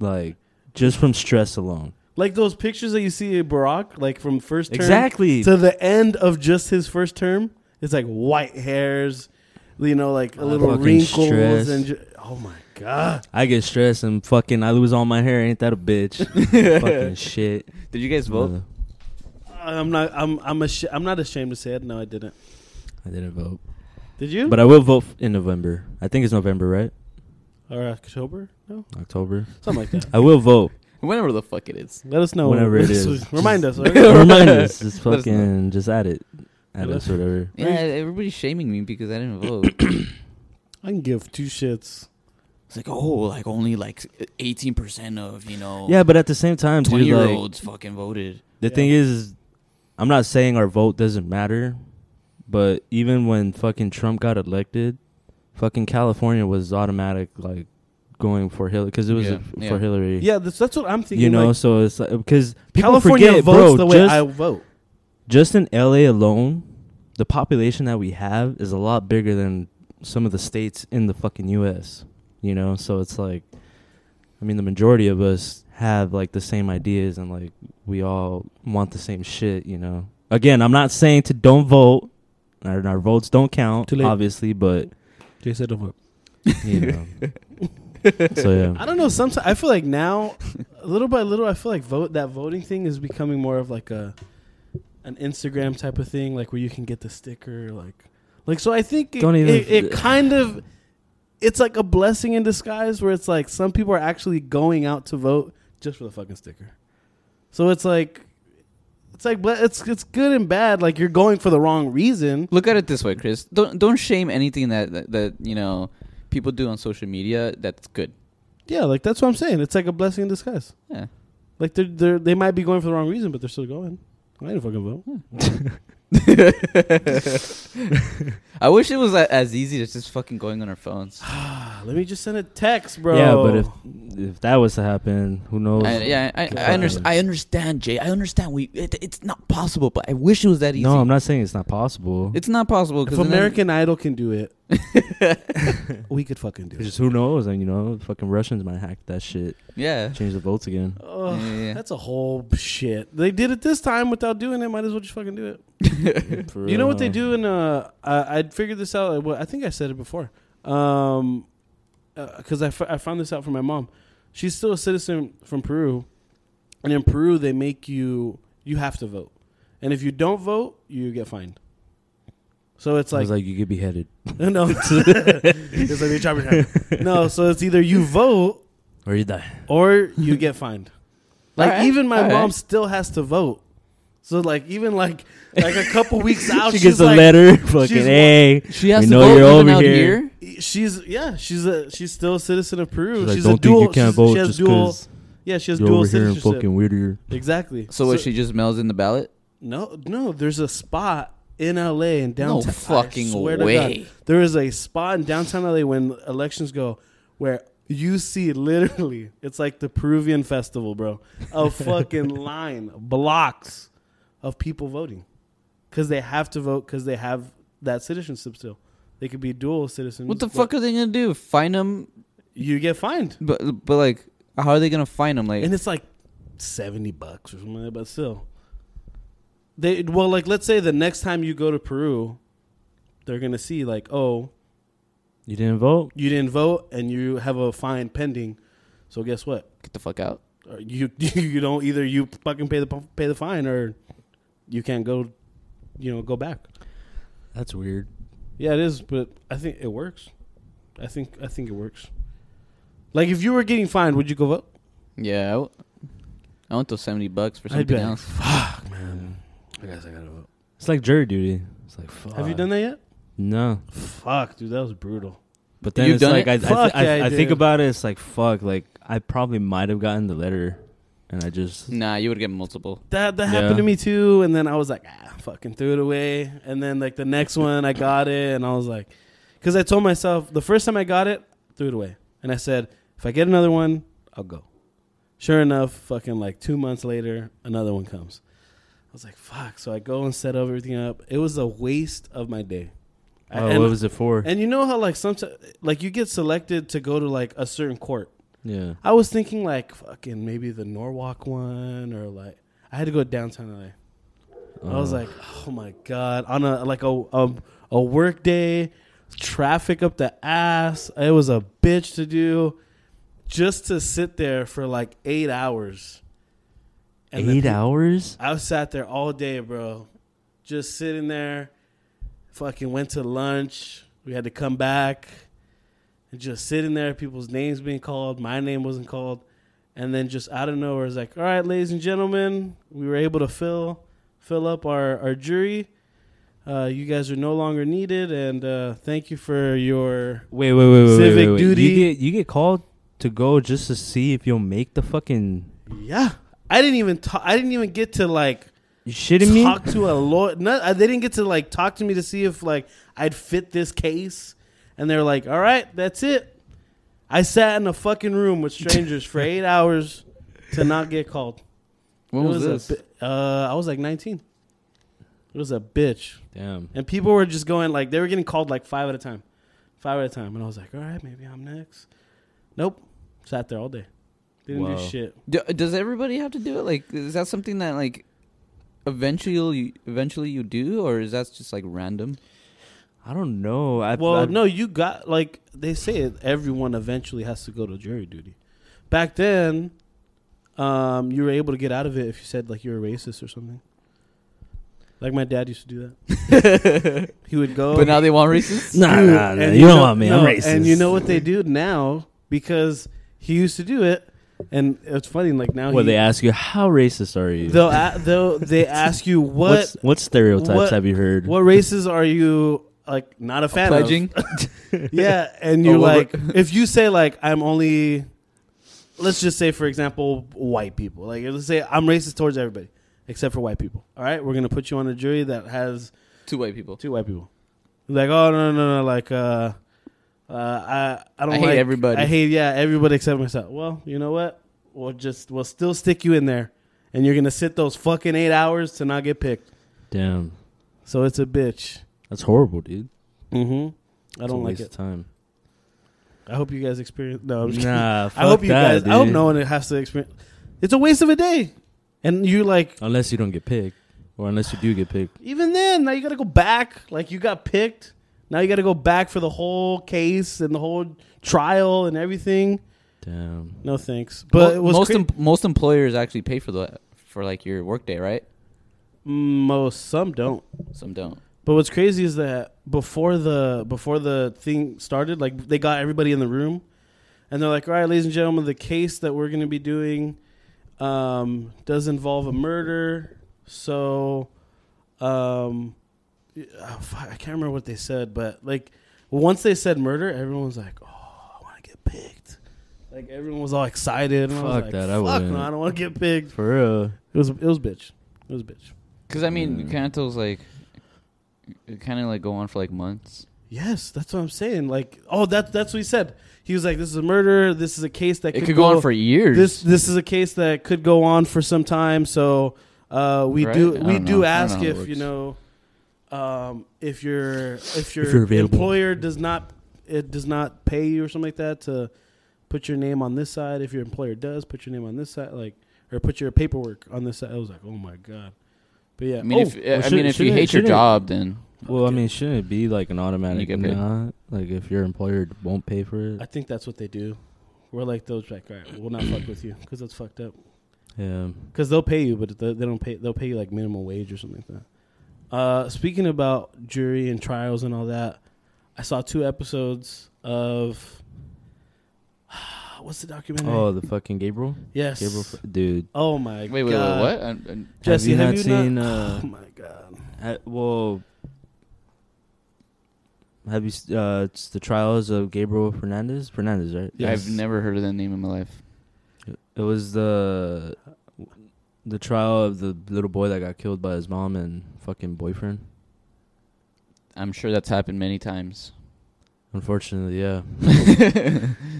B: like just from stress alone.
C: Like those pictures that you see of Barack, like from first term
B: Exactly.
C: to the end of just his first term, it's like white hairs, you know, like a
B: Uh,
C: little
B: fucking
C: wrinkles
B: stress.
C: and ju- oh my god,
B: I get stressed and fucking I lose all my hair. Ain't that a bitch? fucking shit.
D: Did you guys vote?
B: Mother-
C: I'm not, I'm, I'm, ash- I'm not ashamed to say it. No, I didn't.
B: I didn't vote.
C: Did you?
B: But I will vote f- in November. I think it's November, right?
C: or October? No,
B: October.
C: something like that.
B: I will vote.
D: Whenever the fuck it is.
C: Let us know
B: Whenever it is.
C: Remind us. okay?
B: Remind us. Just
D: Let us know.
B: fucking just add it. Add
C: Let
B: us whatever.
D: Yeah,
C: Right.
D: everybody's shaming me because I didn't vote.
C: I can give two shits.
D: it's like, oh, like only like 18% of, you know,
B: Yeah, but at the same time,
D: 20
B: dude,
D: year
B: like,
D: olds fucking voted.
B: the thing is, is I'm not saying our vote doesn't matter, but even when fucking Trump got elected, fucking California was automatic like going for Hillary because it was
D: Yeah,
B: for
D: yeah.
B: Hillary.
C: Yeah, that's, that's what I'm thinking.
B: you know,
C: like,
B: so it's like because people
C: California
B: forget,
C: votes
B: bro.
C: the way
B: just,
C: I vote.
B: just in LA alone, the population that we have is a lot bigger than some of the states in the fucking US. You know, so it's like I mean the majority of us have like the same ideas and like we all want the same shit, you know. Again, I'm not saying to don't vote. Our, our votes don't count,
C: Too late.
B: obviously, but
C: Jay said don't vote.
B: you know. so
C: I
B: yeah.
C: don't know. Sometimes I feel like now, little by little, I feel like vote that voting thing is becoming more of like a an Instagram type of thing, like where you can get the sticker, like like. So I think it,
B: Don't even-
C: it, it kind of it's like a blessing in disguise, where it's like some people are actually going out to vote just for the fucking sticker. So it's like it's like ble- it's it's good and bad. Like you're going for the wrong reason.
D: Look at it this way, Chris. Don't don't shame anything that that, that you know people do on social media. That's good.
C: Yeah, like that's what I'm saying. It's like a blessing in disguise.
D: Yeah.
C: Like they're they are they might be going for the wrong reason, but they're still going. I didn't fucking vote.
D: I wish it was a- as easy as just fucking going on our phones.
C: Ah, Let me just send a text, bro.
B: Yeah, but if if that was to happen, who knows?
D: I, yeah, I,
B: Good
D: I, under,
B: Oh God.
D: I understand, Jay. I understand. We it, it's not possible, but I wish it was that easy.
B: no, I'm not saying it's not possible.
D: It's not possible
C: if
D: because
C: American Idol can do it, we could fucking do
B: It's
C: it.
B: just who knows, and you know, fucking Russians might hack that shit,
D: Yeah.
B: change the votes again.
C: Ugh,
D: Yeah, yeah, yeah.
C: That's a whole shit. They did it this time without doing it. Might as well just fucking do it.
B: For
C: you know
B: real,
C: what they
B: huh?
C: do in uh, I, I figured this out. uh, Well, I think I said it before. Um, because I I, f- I found this out from my mom. She's still a citizen from Peru, and in Peru they make you you have to vote, and if you don't vote, you get fined. So it's
B: I
C: like
B: was like, you get beheaded,
C: no, it's like they chop your head. No, so it's either you vote
B: or you die.
C: or you get fined. Like
D: Alright,
C: even my
D: alright.
C: mom still has to vote. So like even like like a couple weeks out,
B: she
C: she's
B: gets a
C: like,
B: letter. Fucking
C: she's
B: hey,
D: She has
B: we
D: to
B: know
D: vote
B: you're
D: even
B: over
D: out
B: here.
D: here.
C: She's yeah, she's a she's still a citizen of Peru.
B: She's
C: She's,
B: like,
C: a
B: don't
C: dual.
B: think you can't
C: she's-
B: vote
C: she has
B: just
C: dual.
B: 'cause
C: Yeah, she has
B: you're
C: dual
B: over here and
C: citizenship.
B: fucking weirder.
C: exactly.
D: So, what? She just mails in the ballot.
C: No, no. There's a spot in L.A. and downtown. I
D: fucking
C: swear to
D: way.
C: God, there is a spot in downtown L.A. when elections go where you see literally it's like the Peruvian festival, bro. A fucking line, blocks of people voting because they have to vote because they have that citizenship still. They could be dual citizens.
D: What the
C: but
D: fuck are they gonna do? Fine them?
C: You get fined.
D: But but like, how are they gonna find them? Like,
C: and it's like 70 bucks or something but still they well like let's say the next time you go to peru they're gonna see like oh
B: You didn't vote.
C: you didn't vote and you have a fine pending so guess what
D: get the fuck out.
C: Or you you don't either you fucking pay the pay the fine or you can't go you know go back
B: That's weird.
C: yeah it is but i think it works i think i think it works like if you were getting fined would you go vote
D: Yeah. I, w- I want those seventy bucks for
C: I'd be
D: something
C: like,
D: else.
C: man i guess i gotta vote
B: It's like jury duty. It's like, fuck.
C: have you done that yet
B: No,
C: fuck dude that was brutal
B: but then
D: You've
B: it's
D: done
B: like
D: it?
B: I, I, th-
C: Fuck
B: I,
C: yeah, I
B: I think
C: did.
B: about it. It's like fuck. Like I probably might have gotten the letter, and I just
C: Mm.
D: Nah, you would get multiple.
C: That that
B: Yeah.
C: happened to me too, and then I was like, ah, fucking threw it away. And then like the next one, I got it, and I was like, because I told myself the first time I got it, threw it away, and I said, if I get another one, I'll go. Sure enough, fucking like two months later, another one comes. I was like, fuck. So I go and set everything up. It was a waste of my day. I-
B: oh,
C: and,
B: what was it for?
C: and you know how like sometimes like you get selected to go to like a certain court.
B: yeah,
C: I was thinking like fucking maybe the Norwalk one or like I had to go downtown LA. I was
B: Oh.
C: like, oh my god, on a like a a, a work day, traffic up the ass. It was a bitch to do, just to sit there for like eight hours. And the
B: eight
C: pe-
B: hours.
C: I sat there all day, bro, just sitting there. Fucking went to lunch. We had to come back, and just sitting there. People's names being called. My name wasn't called, and then just out of nowhere, it's like, all right, ladies and gentlemen, we were able to fill fill up our our jury. Uh, you guys are no longer needed, and uh, thank you for your.
B: Wait, wait, wait, wait,
C: Civic
B: wait, wait.
C: duty.
B: You get you get called to go just to see if you'll make the fucking.
C: Yeah, I didn't even talk. I didn't even get to like
B: You shitting me?
C: talk to a lawyer. No, uh, they didn't get to like talk to me to see if like I'd fit this case. And they're like, "All right, that's it." I sat in a fucking room with strangers for eight hours to not get called.
D: When
C: It
D: was,
C: a
D: this?
C: bi- uh, I was like 19. It was a bitch.
B: Damn.
C: And people were just going like they were getting called like five at a time, five at a time, and I was like, all right, maybe I'm next. Nope, sat there all day, didn't
B: Wow.
C: do shit.
D: Do- does everybody have to do it? Like, is that something that like eventually, eventually you do, or is that just like random?
B: I don't know. I,
C: well,
B: I,
C: no, you got like they say it, everyone eventually has to go to jury duty. Back then, um, you were able to get out of it if you said like you were racist or something. Like my dad used to do that.
D: but
C: He would go.
D: now they want racists.
B: Nah,
C: Dude,
B: nah, nah.
C: and
B: You, don't
C: know-
B: want me. I'm
C: no,
B: racist.
C: And you know what they do now because he used to do it, and it's funny. Like now,
B: Well,
C: he,
B: they ask you how racist are you?
C: they'll a- they'll they ask you what
B: What's, what stereotypes
C: what-
B: have you heard?
C: what races are you like not a fan
D: Pledging.
C: of? Yeah, and you're
D: Oh, well,
C: like if you say like I'm only, let's just say for example white people. Like let's say I'm racist towards everybody except for white people. All right, we're gonna put you on a jury that has
D: Two white people.
C: two white people. Like, oh no no no, no, like uh, uh, I I don't
D: I hate
C: like-
D: everybody.
C: I hate yeah everybody except myself. Well, you know what? We'll just we'll still stick you in there, and you're gonna sit those fucking eight hours to not get picked.
B: Damn,
C: So it's a bitch.
B: that's horrible, dude.
C: Mm-hmm. I
B: It's a
C: don't like
B: waste Of
C: it.
B: time.
C: I hope you guys experience. No, I'm just kidding.
B: Nah, fuck
C: I hope you
B: that,
C: guys. I hope
B: dude.
C: no one has to experience. It's a waste of a day, and you like
B: Unless you don't get picked, or unless you do get picked.
C: even then now you gotta go back like you got picked now you gotta go back for the whole case and the whole trial and everything
B: Damn.
C: no thanks
D: Mo-
C: but it was
D: most
C: cra-
D: em- most employers actually pay for the for like your workday, right?
C: most some don't
D: Some don't.
C: but what's crazy is that before the before the thing started like they got everybody in the room and they're like all right ladies and gentlemen the case that we're gonna be doing um, does involve a murder so um, oh, fuck, I can't remember what they said, but like once they said murder, everyone was like, "Oh, I want to get picked." Like everyone was all excited. And I was
B: Fuck
C: like,
B: that, I
C: Fuck
B: wouldn't."
C: no, I don't want to get picked.
B: For real.
C: It was it was bitch. It was bitch.
D: Because I mean,
B: Mm.
C: Hmm.
D: Canto's like, it kind of like go on for like months.
C: Yes, that's what I'm saying. Like, oh, that that's what he said. He was like, "This is a murder. This is a case that
D: It could go on for years.
C: this this is a case that could go on for some time. So uh, we
D: Right?
C: do
D: I don't
C: we do
D: know. I don't know
C: ask
D: how it
C: if you
D: works.
C: know um, if your if your
B: you're available.
C: employer does not it does not pay you or something like that to put your name on this side. If your employer does, put your name on this side, like or put your paperwork on this side. I was like, oh my god. But yeah,
D: I mean,
C: Oh,
D: if
B: well,
D: I
B: should-
D: mean, if you
B: shouldn't-
D: hate your
B: shouldn't-
D: job, then
B: Well, I mean, shouldn't it be like an automatic
D: get paid.
B: not? Like if your employer won't pay for it,
C: I think that's what they do. We're like those like, all right, we'll not fuck with you because that's fucked up.
B: yeah.
C: because they'll pay you, but they they don't pay. They'll pay you like minimum wage or something like that. Uh, speaking about jury and trials and all that, I saw two episodes of what's the documentary?
B: Oh, the fucking Gabriel,
C: yes,
B: Gabriel, dude.
C: Oh my
D: wait, wait, wait,
C: god!
D: what? And- and-
C: Jesse,
B: have you
C: have
B: not
C: you not-
B: seen?
C: Oh
B: Uh,
C: my god!
B: ha- well, have you? s- Uh, it's the trials of Gabriel Fernandez. Fernandez, right?
C: Yes.
D: I've never heard of that name in my life.
B: It was the the trial of the little boy that got killed by his mom and fucking boyfriend.
D: I'm sure that's happened many times.
B: Unfortunately, yeah.
C: Yeah,
B: Uh,
C: that's,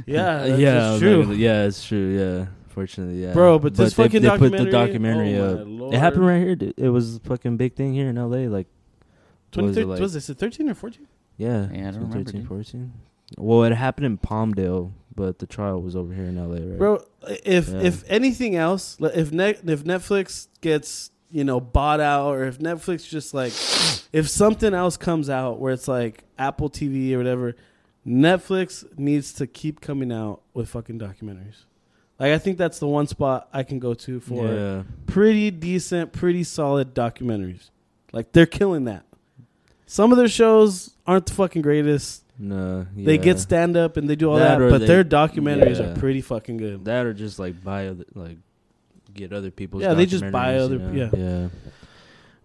B: yeah,
C: that's
B: like,
C: true,
B: yeah, it's true. Yeah, fortunately, yeah,
C: bro. But this
B: they,
C: fucking
B: they
C: documentary,
B: put the documentary
C: oh my
B: up.
C: Lord.
B: It happened right here. Dude. It was a fucking big thing here in L.A. Like, what was it
C: 2013
B: like?
C: was this it 13 or 14?
B: yeah,
D: Yeah, I don't remember,
B: 13,
D: dude.
B: 14. Well, it happened in Palmdale, but the trial was over here in L.A. Right?
C: Bro, if
B: Yeah.
C: if anything else, like, if ne- if Netflix gets you know bought out, or if Netflix just like, if something else comes out where it's like Apple TV or whatever, Netflix needs to keep coming out with fucking documentaries. Like I think that's the one spot I can go to for
B: yeah,
C: pretty decent, pretty solid documentaries. Like they're killing that. Some of their shows aren't the fucking greatest.
B: no,
C: They
B: yeah.
C: get stand up and they do all
B: That
C: that,
B: or
C: but
B: they-
C: their documentaries
B: yeah.
C: are pretty fucking good.
B: that or just like buy other, like get other people's
C: Yeah, they just buy
B: documentaries,
C: other-
B: you
C: yeah.
B: know? yeah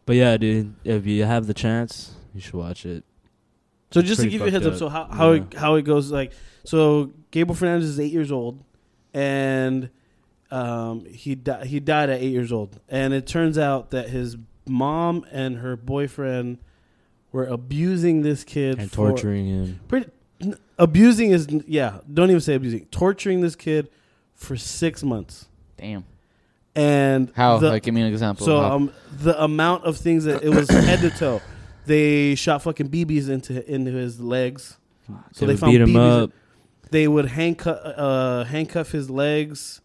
B: but yeah dude if you have the chance you should watch it
C: So just to
B: pretty
C: give you a heads
B: fucked
C: up, so how
B: up,
C: how
B: yeah.
C: it, how it goes like so Gabriel Fernandez is eight years old, and um he di- he died at eight years old, and it turns out that his mom and her boyfriend were abusing this kid
B: and
C: for-
B: torturing him
C: pretty, n- abusing is yeah. Don't even say abusing. Torturing this kid for six months,
D: Damn.
C: and
D: How?
C: the-
D: like, give me an example.
C: so
D: How?
C: um, the amount of things that it was head to toe. They shot fucking BBs into into his legs. So they,
B: would
C: found
B: beat him
C: BBs.
B: up,
C: They would handcuff uh, handcuff his legs.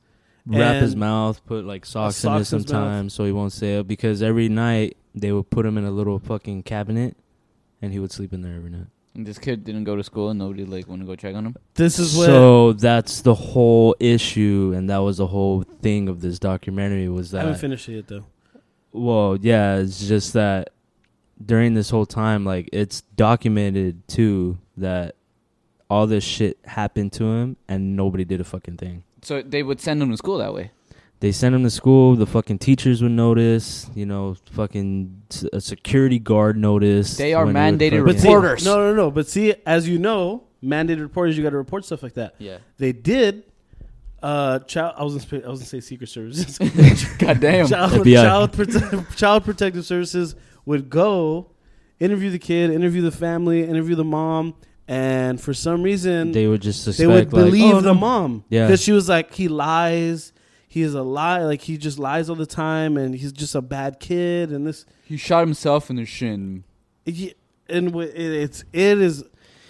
B: wrap his
C: and-
B: mouth, put like socks in it
C: socks in his mouth.
B: sometimes so he won't stay up. Because every night they would put him in a little fucking cabinet, and he would sleep in there every night.
D: And this kid didn't go to school and nobody, like, want to go check on him?
C: This is what
B: so that's the whole issue, and that was the whole thing of this documentary was
C: I haven't
B: that.
C: finished it yet though.
B: well, yeah, it's just that during this whole time, like it's documented too that all this shit happened to him, and nobody did a fucking thing.
D: So they would send him to school that way.
B: They sent him to school. The fucking teachers would notice. You know, fucking s- a security guard noticed.
D: They are
B: when he would
D: mandated
B: fucking-
C: But see,
D: Reporters.
C: no, no, no. But see, as you know, mandated reporters, you got to report stuff like that.
D: Yeah.
C: They did. Uh, child. I was gonna, sp- I was gonna say secret services.
D: God damn.
C: child,
B: FBI.
C: child, prote- child protective services would go interview the kid, interview the family, interview the mom, and for some reason they,
B: They would just suspect.
C: would
B: like,
C: believe
B: "Oh,
C: the
B: no."
C: mom.
B: Yeah.
C: because she was like, he lies. He is a lie. Like he just lies all the time, and he's just a bad kid. And this,
D: He shot himself in the shin.
C: y- and w- it, it's it is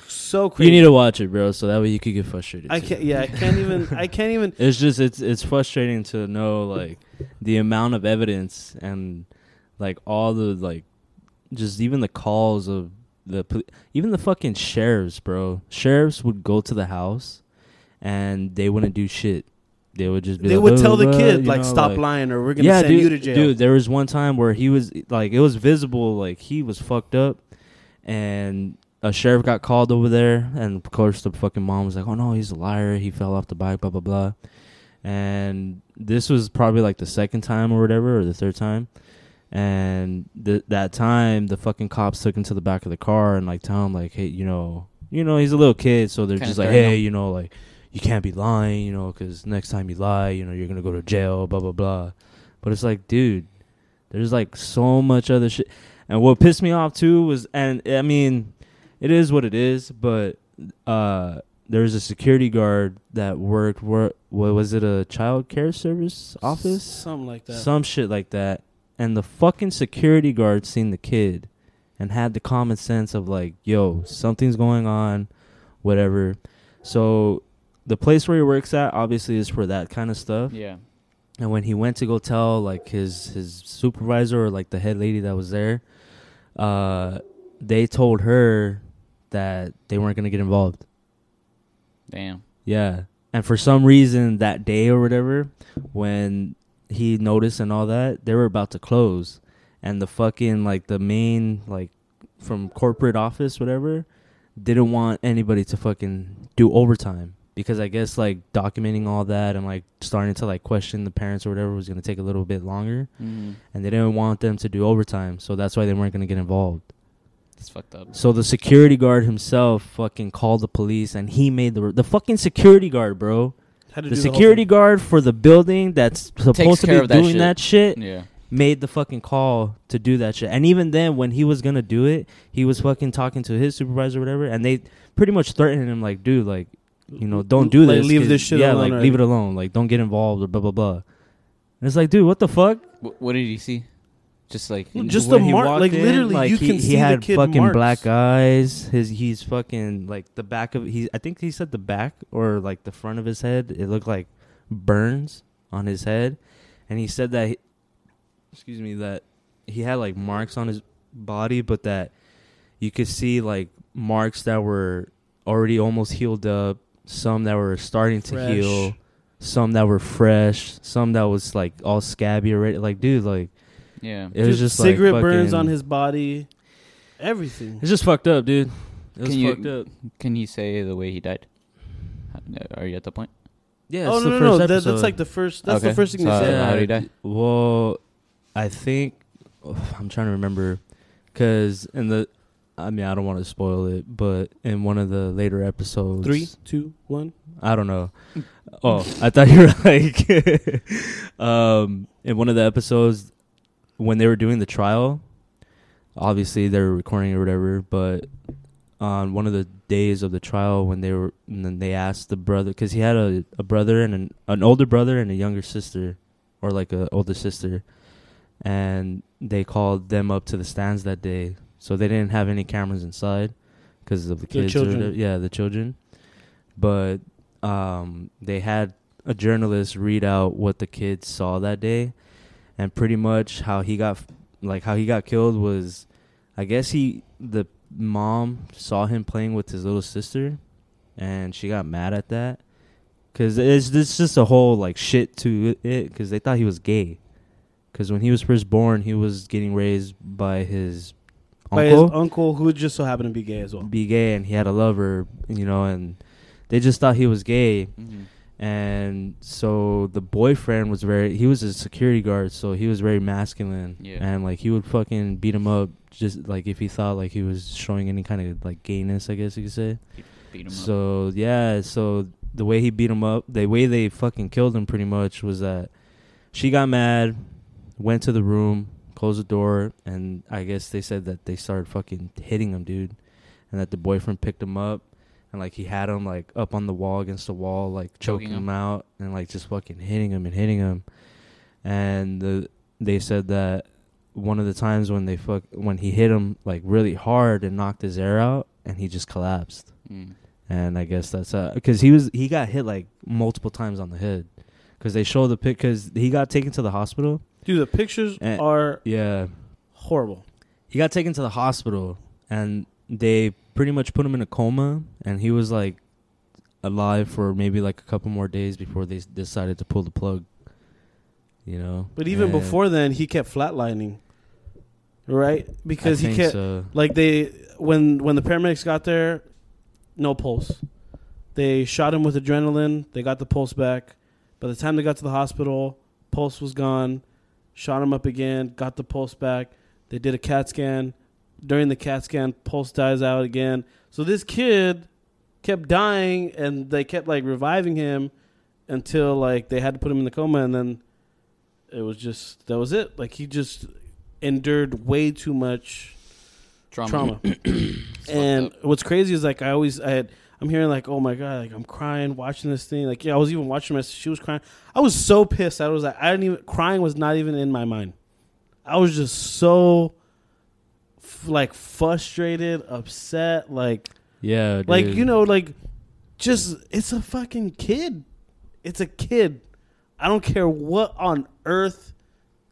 C: so crazy.
B: You need to watch it, bro, so that way you could get frustrated.
C: I
B: too.
C: can't. Yeah, I can't even. I can't even.
B: It's just it's it's frustrating to know like the amount of evidence and like all the like just even the calls of the poli- even the fucking sheriffs, bro. Sheriffs would go to the house and they wouldn't do shit. They would just be
C: They
B: like,
C: would
B: "Blah,
C: tell
B: blah,
C: the
B: blah,"
C: kid
B: you
C: like,
B: know,
C: "Stop lying, or we're gonna send
B: dude,
C: you to jail."
B: Dude, there was one time where he was like it was visible like he was fucked up and a sheriff got called over there and of course the fucking mom was like, Oh no, he's a liar, he fell off the bike, blah blah blah. And this was probably like the second time or whatever, or the third time. And th- that time, the fucking cops took him to the back of the car and like tell him like, hey, you know, you know, he's a little kid, so they're
D: Kinda
B: just like,
D: threaten
B: hey,
D: him.
B: you know, like, you can't be lying, you know, because next time you lie, you know, you're gonna go to jail, blah blah blah. But it's like, dude, there's like so much other shit. And what pissed me off too was, and I mean, it is what it is, but uh, there was a security guard that worked. Where what was it? A child care service office?
C: something like that.
B: Some shit like that. And the fucking security guard seen the kid and had the common sense of like, yo, something's going on, whatever. So the place where he works at obviously is for that kind of stuff.
D: Yeah.
B: And when he went to go tell like his his supervisor or like the head lady that was there, uh, they told her that they weren't gonna get involved.
D: Damn.
B: Yeah. And for some reason that day or whatever, when he noticed and all that, they were about to close. And the fucking like the main like from corporate office, whatever, didn't want anybody to fucking do overtime. Because I guess like documenting all that and like starting to like question the parents or whatever was gonna take a little bit longer.
D: Mm.
B: And they didn't want them to do overtime, so that's why they weren't gonna get involved.
D: That's fucked up.
B: So the security guard himself fucking called the police and he made the the fucking security guard, bro.
C: Had to
B: The
C: do whole
B: security
C: thing.
B: guard for the building that's supposed to
D: care
B: be
D: of that
B: doing
D: shit.
B: that shit
C: Mm.
D: Yeah.
B: made the fucking call to do that shit. And even then, when he was gonna do it, he was fucking talking to his supervisor, or whatever, and they pretty much threatened him, like, dude, like, you know, don't do
C: Like,
B: this.
C: leave
B: 'cause-
C: this shit
B: yeah,
C: alone
B: like,
C: already.
B: leave it alone. Like, don't get involved or blah blah blah. And it's like, dude, what the fuck?
D: Wh- what did he see? Just like
C: Well,
D: in-
C: just
B: when
C: the
B: he
C: mark-
B: walked
C: like, literally, you
B: he,
C: can
B: he
C: see the
B: had
C: kid
B: fucking
C: marks.
B: black eyes. His he's fucking like the back of he. I think he said the back or like the front of his head. It looked like burns on his head, and he said that. He, excuse me, that he had like marks on his body, but that you could see like marks that were already almost healed up, some that were starting
C: Fresh.
B: to heal, some that were fresh, some that was like all scabby already. Like, dude, like.
D: yeah.
B: It was just
C: cigarette
B: like
C: burns
B: fucking-
C: on his body. Everything.
B: It's just fucked up, dude. It was
D: Can you-
B: fucked up.
D: Can you say the way he died? Uh, Are you at the point?
B: Yeah.
C: oh
B: it's the
C: no no
B: first
C: no! That,
B: episode.
C: that's like the first. That's the
D: Okay.
C: first thing
D: So,
C: they said.
D: uh, how did he die?
B: Well, I think ugh, I'm trying to remember because in the, I mean, I don't want to spoil it, but in one of the later episodes,
C: Three, two, one.
B: I don't know. Oh, I thought you were like, um, in one of the episodes when they were doing the trial. Obviously, they were recording or whatever, but on one of the days of the trial when they were and then they asked the brother because he had a, a brother and an, an older brother and a younger sister or like a older sister and they called them up to the stands that day so they didn't have any cameras inside because of the
C: The
B: kids or
C: children.
B: whatever- yeah the children but um they had a journalist read out what the kids saw that day and pretty much how he got like how he got killed was I guess he the mom saw him playing with his little sister and she got mad at that cuz it's it's just a whole like shit to it cuz they thought he was gay cuz when he was first born he was getting raised by his
C: By
B: uncle
C: his uncle, who just so happened to be gay as well.
B: be gay and he had a lover you know and they just thought he was gay
D: Mhm.
B: and so the boyfriend was very he was a security guard so he was very masculine
D: Yeah.
B: and like he would fucking beat him up just like if he thought like he was showing any kind of like gayness i guess you could say
D: Beat 'em up.
B: so yeah so the way he beat him up the way they fucking killed him pretty much was that she got mad went to the room closed the door and i guess they said that they started fucking hitting him dude and that the boyfriend picked him up and like he had him like up on the wall against the wall like choking,
D: Choking
B: him. out and like just fucking hitting him and hitting him and the they said that one of the times when they fuck when he hit him like really hard and knocked his air out and he just collapsed
D: Mm.
B: and I guess that's because he was he got hit like multiple times on the head because they show the pic because he got taken to the hospital.
C: Dude, the pictures
B: Eh.
C: are
B: Yeah,
C: horrible.
B: he got taken to the hospital and they pretty much put him in a coma and he was like alive for maybe like a couple more days before they s- decided to pull the plug. You know,
C: But even
B: And
C: before then, he kept flatlining, right?
B: I
C: Because he
B: think
C: kept
B: so.
C: like they when when the paramedics got there, no pulse. They shot him with adrenaline. They got the pulse back. By the time they got to the hospital, pulse was gone. Shot him up again. Got the pulse back. They did a CAT scan. During the CAT scan, pulse dies out again. So this kid kept dying, and they kept like reviving him until like they had to put him in the coma, and then it was just that was it. Like he just endured way too much
D: trauma.
C: trauma.
D: It's
C: and
D: fucked
C: what's crazy is like I always I had I'm hearing like oh my god like I'm crying watching this thing like yeah I was even watching my she was crying I was so pissed I was like I didn't even crying was not even in my mind I was just so f- like frustrated upset like
B: yeah, dude.
C: like you know like just it's a fucking kid it's a kid I don't care what on earth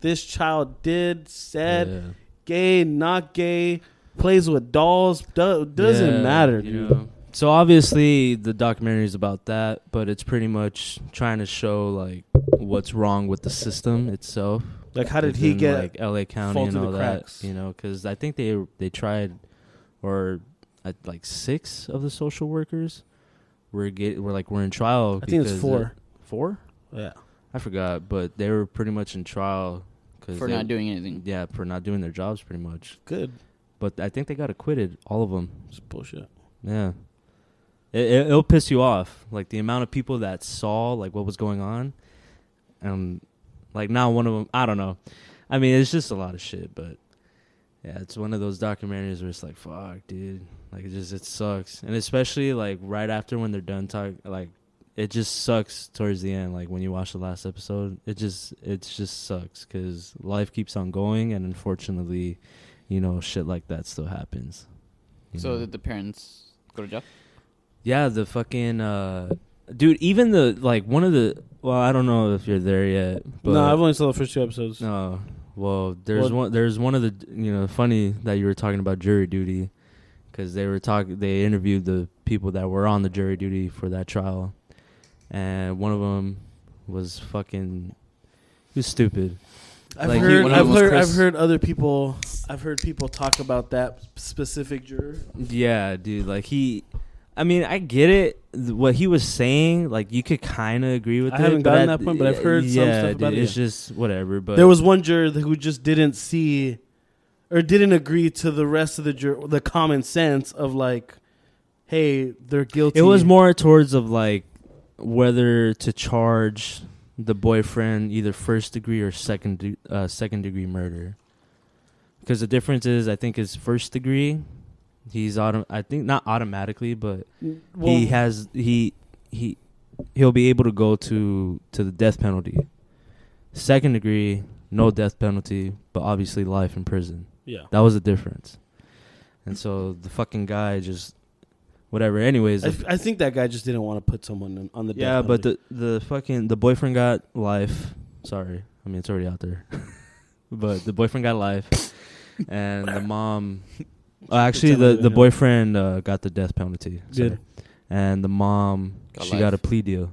C: this child did said
B: Yeah.
C: gay, not gay, plays with dolls, do- doesn't
B: Yeah,
C: matter,
B: you
C: dude.
B: know. So obviously the documentary is about that, but it's pretty much trying to show like what's wrong with the system itself.
C: Like, how did he
B: within, like
C: get?
B: LA County
C: fall
B: and
C: through the
B: all that?
C: cracks?
B: You know, because I think they they tried, or at like six of the social workers were get were like we're in trial.
C: I think it's
B: because
C: four.
B: they- four.
C: yeah,
B: I forgot, but they were pretty much in trial
D: up.
B: because
D: for not doing anything.
B: yeah for not doing their jobs pretty much.
C: good.
B: But I think they got acquitted, all of them.
C: It's bullshit.
B: Yeah. It, it, it'll piss you off. Like the amount of people that saw like what was going on. Um, like not one of them. I don't know. I mean, it's just a lot of shit, but yeah, it's one of those documentaries where it's like, fuck, dude. Like it just, it sucks. And especially like right after when they're done talk, like it just sucks towards the end. Like when you watch the last episode, it just, it just sucks because life keeps on going. And unfortunately, you know, shit like that still happens. you
D: So
B: know?
D: that the parents go to jail.
B: Yeah, the fucking uh dude, even the like one of the well, I don't know if you're there yet, but
C: no, I've only saw the first two episodes.
B: no. Well, there's
C: Well-
B: one there's one of the you know, funny that you were talking about jury duty cuz they were talking they interviewed the people that were on the jury duty for that trial. And one of them was fucking he was stupid.
C: I've
B: Like,
C: heard,
D: one of
C: I've
D: them was
C: heard,
D: Chris-
C: I've heard other people, I've heard people talk about that specific juror.
B: Yeah, dude. Like he, I mean, I get it. th- What he was saying, like you could kind of agree with.
C: I
B: it,
C: haven't
B: but
C: gotten
B: at-
C: that point, but I've heard some
B: yeah,
C: stuff about
B: dude,
C: it,
B: It's just whatever. But
C: there was one juror who just didn't see, or didn't agree to the rest of the jur- the common sense of like, hey, they're guilty.
B: It was more towards of like whether to charge the boyfriend either first degree or second de- uh, second degree murder. Because the difference is, I think, is first degree He's autom- I think not automatically, but
C: Well,
B: he has he he he'll be able to go to to the death penalty. Second degree, no death penalty, but obviously life in prison.
C: yeah.
B: That was the difference. And so the fucking guy just whatever. Anyways,
C: I,
B: the-
C: f- I think that guy just didn't want to put someone in, on the death
B: yeah, but
C: penalty.
B: the the fucking the boyfriend got life. Sorry, I mean it's already out there. but the boyfriend got life, and the mom. Uh, actually,
C: It's out
B: the
C: there,
B: the
C: yeah.
B: boyfriend uh, got the death penalty.
C: Did.
B: sorry. and the mom
D: Got
B: she
D: life.
B: got a plea deal.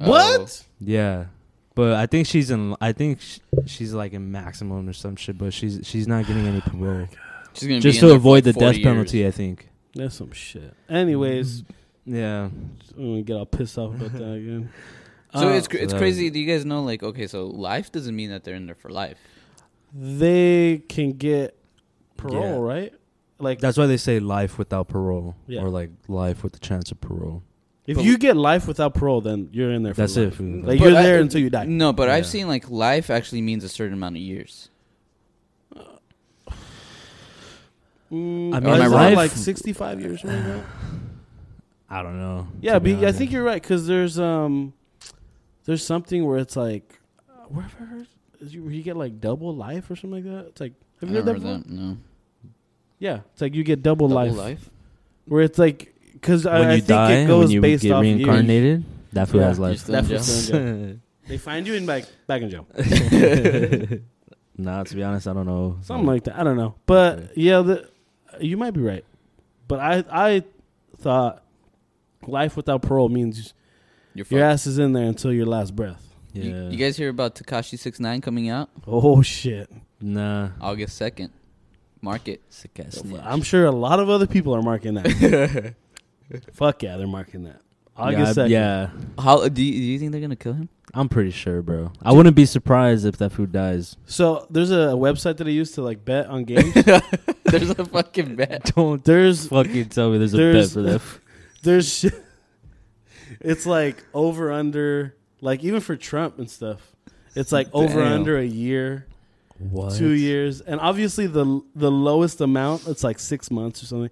D: Oh.
C: what?
B: Yeah, but I think she's in. I think sh- she's like in maximum or some shit. But she's she's not getting any parole
D: Oh, she's gonna be
B: just
D: in
B: to
D: there for
B: avoid the
D: like 40
B: death penalty.
D: years.
B: I think.
C: That's some shit. Anyways,
B: Mm-hmm. Yeah,
C: I'm gonna get all pissed off about that again.
D: So
C: Uh,
D: it's cr- it's
B: that-
D: crazy. Do you guys know? Like, okay, so life doesn't mean that they're in there for life.
C: they can get parole,
B: Yeah.
C: right? Like
B: that's why they say life without parole,
C: Yeah.
B: or like life with the chance of parole.
C: if
D: but-
C: you get life without parole, then you're in there. For
B: That's it. Mm,
C: life.
B: For the-
C: Like
D: But
C: you're
D: I-
C: there until you die.
D: No, but I've
B: Yeah.
D: seen like life actually means a certain amount of years.
C: Mm,
B: I
D: mean,
C: isn't
D: am I
C: it
D: wrong?
C: Like 65 years. Right now?
B: I don't know.
C: Yeah, be, I think you're right because there's um, there's something where it's like, uh, where have I heard? Is you, where you get like double life or something like that. It's like have you
D: I
C: heard that?
D: never
C: before?
D: heard No.
C: Yeah, it's like you get double, life,
D: life.
C: where it's like because I,
B: when
C: I
B: you
C: think
B: die,
C: it
B: and
C: goes
B: when you
C: based
B: get
C: off years.
B: reincarnated, that food
C: Yeah.
B: has
D: You're
B: life.
D: still in
C: That
D: jail.
C: was- They find you in back back in jail,
B: nah, to be honest, I don't know.
C: something like that. I don't know, but
B: Okay.
C: yeah, the, you might be right. But I I thought life without parole means
D: You're fucked.
C: your ass is in there until your last breath.
B: yeah.
D: You, you guys hear about Takashi Six Nine coming out
C: Oh shit!
B: nah,
D: August second? Mark it.
B: sick ass
C: I'm sure a lot of other people are marking that. Fuck yeah, they're marking that. August
B: yeah,
C: second.
B: yeah,
D: How do you, do you think they're gonna kill him?
B: I'm pretty sure, bro. I wouldn't be surprised if that food dies.
C: So there's a website that I use to like bet on games.
D: There's a fucking bet.
B: Don't
C: there's
B: fucking tell me there's a bet
C: There's-
B: for that.
C: there's sh- it's like over under like even for Trump and stuff. It's like over
D: Damn.
C: under a year,
B: What?
C: two years, and obviously the the lowest amount it's like six months or something,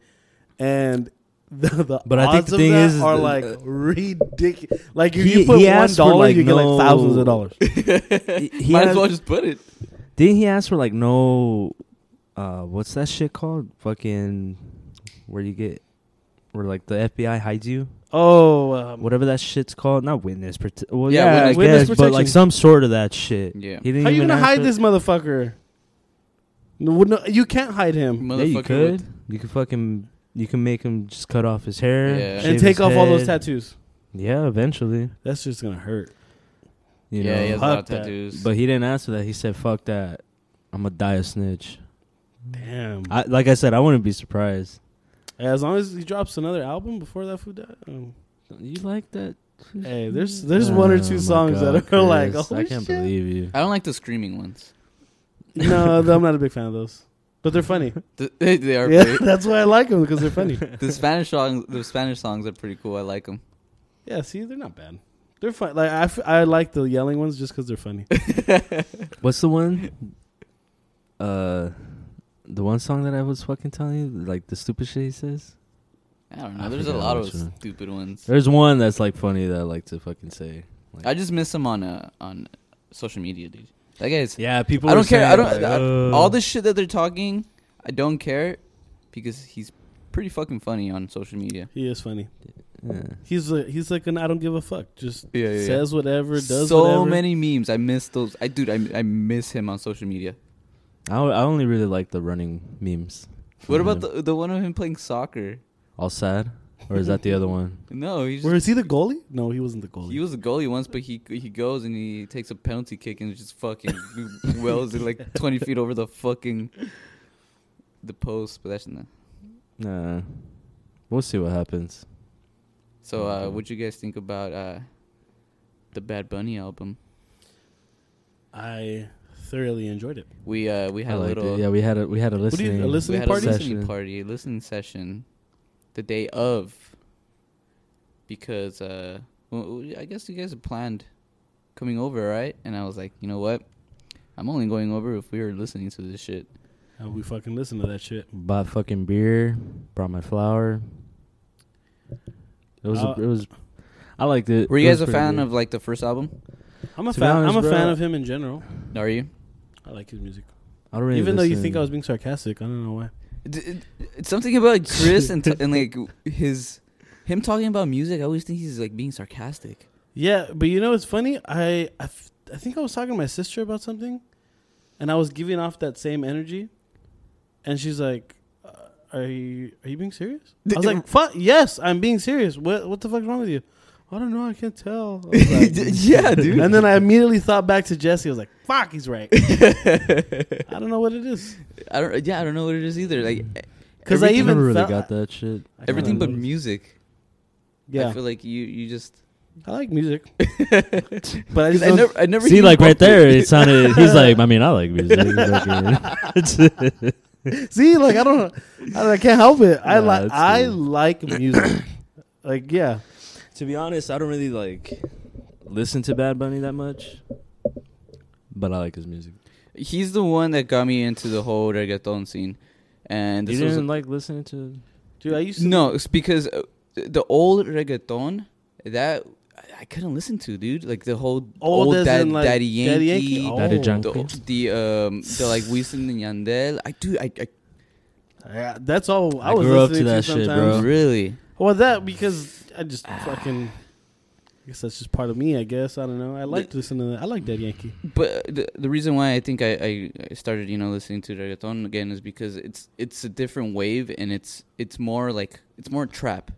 C: and. The, the
B: But
C: odds
B: I think the
C: of
B: thing
C: that
B: is- is
C: are
B: the-
C: like ridiculous. Like if
B: He-
C: you put
B: he
C: one
B: asked for,
C: dollar,
B: like,
C: you get
B: no-
C: like thousands of dollars.
B: he
D: Might as
B: has-
D: well just put it.
B: Didn't he ask for like no, uh, what's that shit called? Fucking, where you get, where like the FBI hides you,
C: Oh, um,
B: whatever that shit's called. Not witness, prote- well,
D: Yeah,
B: yeah, I
D: witness-
C: witness
B: guess, but like
C: protection.
B: some sort of that shit.
D: Yeah.
B: he didn't
C: How you
B: even
C: gonna
B: ask
C: hide
B: for-
C: this motherfucker? No, no, you can't hide him
B: Yeah, you
D: Motherfucker
B: could.
D: with-
B: You could fucking, you can make him just cut off his hair
D: Yeah. And
B: shave
C: and take
B: his
C: off all those
B: head.
C: tattoos.
B: Yeah, eventually,
C: That's just gonna hurt.
B: you
D: yeah,
B: know.
D: he has a lot
C: Fuck
D: of
C: that.
D: tattoos.
B: But he didn't ask for that. He said, "Fuck that, I'm gonna die a snitch."
C: Damn.
B: I, like I said, I wouldn't be surprised.
C: as long as he drops another album before that food died. um,
B: You like that?
C: hey, there's there's one or
B: Oh my
C: two songs
B: God,
C: that are like,
B: Chris,
C: oh
B: I can't
C: shit.
B: believe you.
D: I don't like the screaming ones.
C: No, th- I'm not a big fan of those, but they're funny.
D: The- They, they are
C: yeah,
D: pretty.
C: that's why I like them because they're funny.
D: The Spanish songs, the Spanish songs are pretty cool. I like them.
C: yeah, see, they're not bad. They're fun. Like I, f- I like the yelling ones just because they're funny.
B: What's the one? Uh, the one song that I was fucking telling you, like the stupid shit he says.
D: I don't know.
B: I
D: There's a
B: forgot
D: lot of
B: which one.
D: stupid ones.
B: There's one that's like funny that I like to fucking say.
D: I just miss him on uh, on social media, dude. That guy's.
B: Yeah, people.
D: I
B: were
D: don't care. I
B: saying,
D: don't.
B: like,
D: I-
B: uh,
D: all this shit that they're talking, I don't care, because he's pretty fucking funny on social media.
C: He is funny.
B: Yeah.
C: He's a, he's like an I don't give a fuck. Just
D: Yeah, yeah, yeah.
C: says whatever, does
D: so
C: whatever.
D: many memes. I miss those. I dude. I I miss him on social media.
B: I, o- I only really like the running memes. from
D: What about
B: him.
D: the the one of him playing soccer?
B: all sad? Or is that the other one?
D: No, oh, he's
C: Where is he the goalie? No, he wasn't the goalie.
D: he was a goalie once, but he he goes and he takes a penalty kick and just fucking wells it like twenty feet over the fucking the post. But that's not.
B: Nah, we'll see what happens.
D: So, uh,
B: Okay.
D: what you guys think about uh, the Bad Bunny album?
C: I thoroughly enjoyed it.
D: We uh, we
B: I
D: had a
B: liked
D: little
B: it. Yeah, we had a we had a
C: What do you- a
B: listening.
C: listen-
D: we
C: Listening
D: had a
C: party?
D: listening
B: Session.
D: party, listening session, the day of, because uh, well, we- I guess you guys had planned coming over, right? And I was like, you know what, I'm only going over if we were listening to this shit.
C: How we fucking listen to that shit.
B: Bought fucking beer. Brought my flour. It was.
C: Uh,
B: a, it was. I liked it.
D: Were
B: It
D: you guys
B: was
D: a
B: pretty
D: fan
B: good.
D: of like the first album?
C: I'm a
B: To be
C: fan.
B: honest,
C: I'm a
B: bro-
C: fan of him in general.
D: Are you?
C: I like his music.
B: I don't really
C: Even though you
B: listen.
C: think I was being sarcastic, I don't know why.
D: D- d- It's something about Chris and, t- and like his him talking about music. I always think he's like being sarcastic.
C: Yeah, but you know it's funny. I I, f- I think I was talking to my sister about something, and I was giving off that same energy, and she's like, uh, "Are you are you being serious?" I was like, "Fuck yes, I'm being serious. What what the fuck's wrong with you?" I don't know. I can't tell. I was like- "Mm."
D: yeah, dude.
C: And then I immediately thought back to Jesse. I was like, "Fuck, he's right." I don't know what it is.
D: I don't. Yeah, I don't know what it is either. Like
C: Because
B: I
C: I
D: everything-
C: even
B: never really
C: felt-
B: got that shit.
C: I kinda
D: everything but
C: know.
D: music. I
C: Yeah,
D: feel like you you just.
C: I like music,
D: But
C: but I just
D: I
C: don't-
D: never. I never
B: See,
D: hear
B: like right
D: about
B: there,
D: it.
B: it sounded. He's like, I mean, I like music.
C: See, like I don't, I, don't- I can't help it. I
B: Nah,
C: like,
B: it's
C: I
B: cool.
C: like music. like, yeah,
B: to be honest, I don't really like listen to Bad Bunny that much, but I like his music.
D: He's the one that got me into the whole reggaeton scene, and
B: You
D: this was
B: didn't like listening to?
C: dude. I used to.
D: no, it's because uh, the old reggaeton that I- I couldn't listen to, dude. Like the whole
C: Old
D: old,
C: as
D: Dad-
C: in, like,
D: Daddy Yankee,
C: Daddy Yankee? Oh.
B: Daddy
D: the,
B: Junkie.
D: the um the like Wisin and Yandel. I do. I, I
C: Yeah, that's all I,
B: I
C: was
B: grew up to
C: listening to,
B: that shit,
C: sometimes.
B: bro.
D: really.
C: Well, that because I just fucking. I guess that's just part of me. I guess I don't know. I like to listen to that. I like Dead Yankee.
D: But the the reason why I think I, I, I started you know listening to reggaeton again is because it's it's a different wave and it's it's more like it's more trap,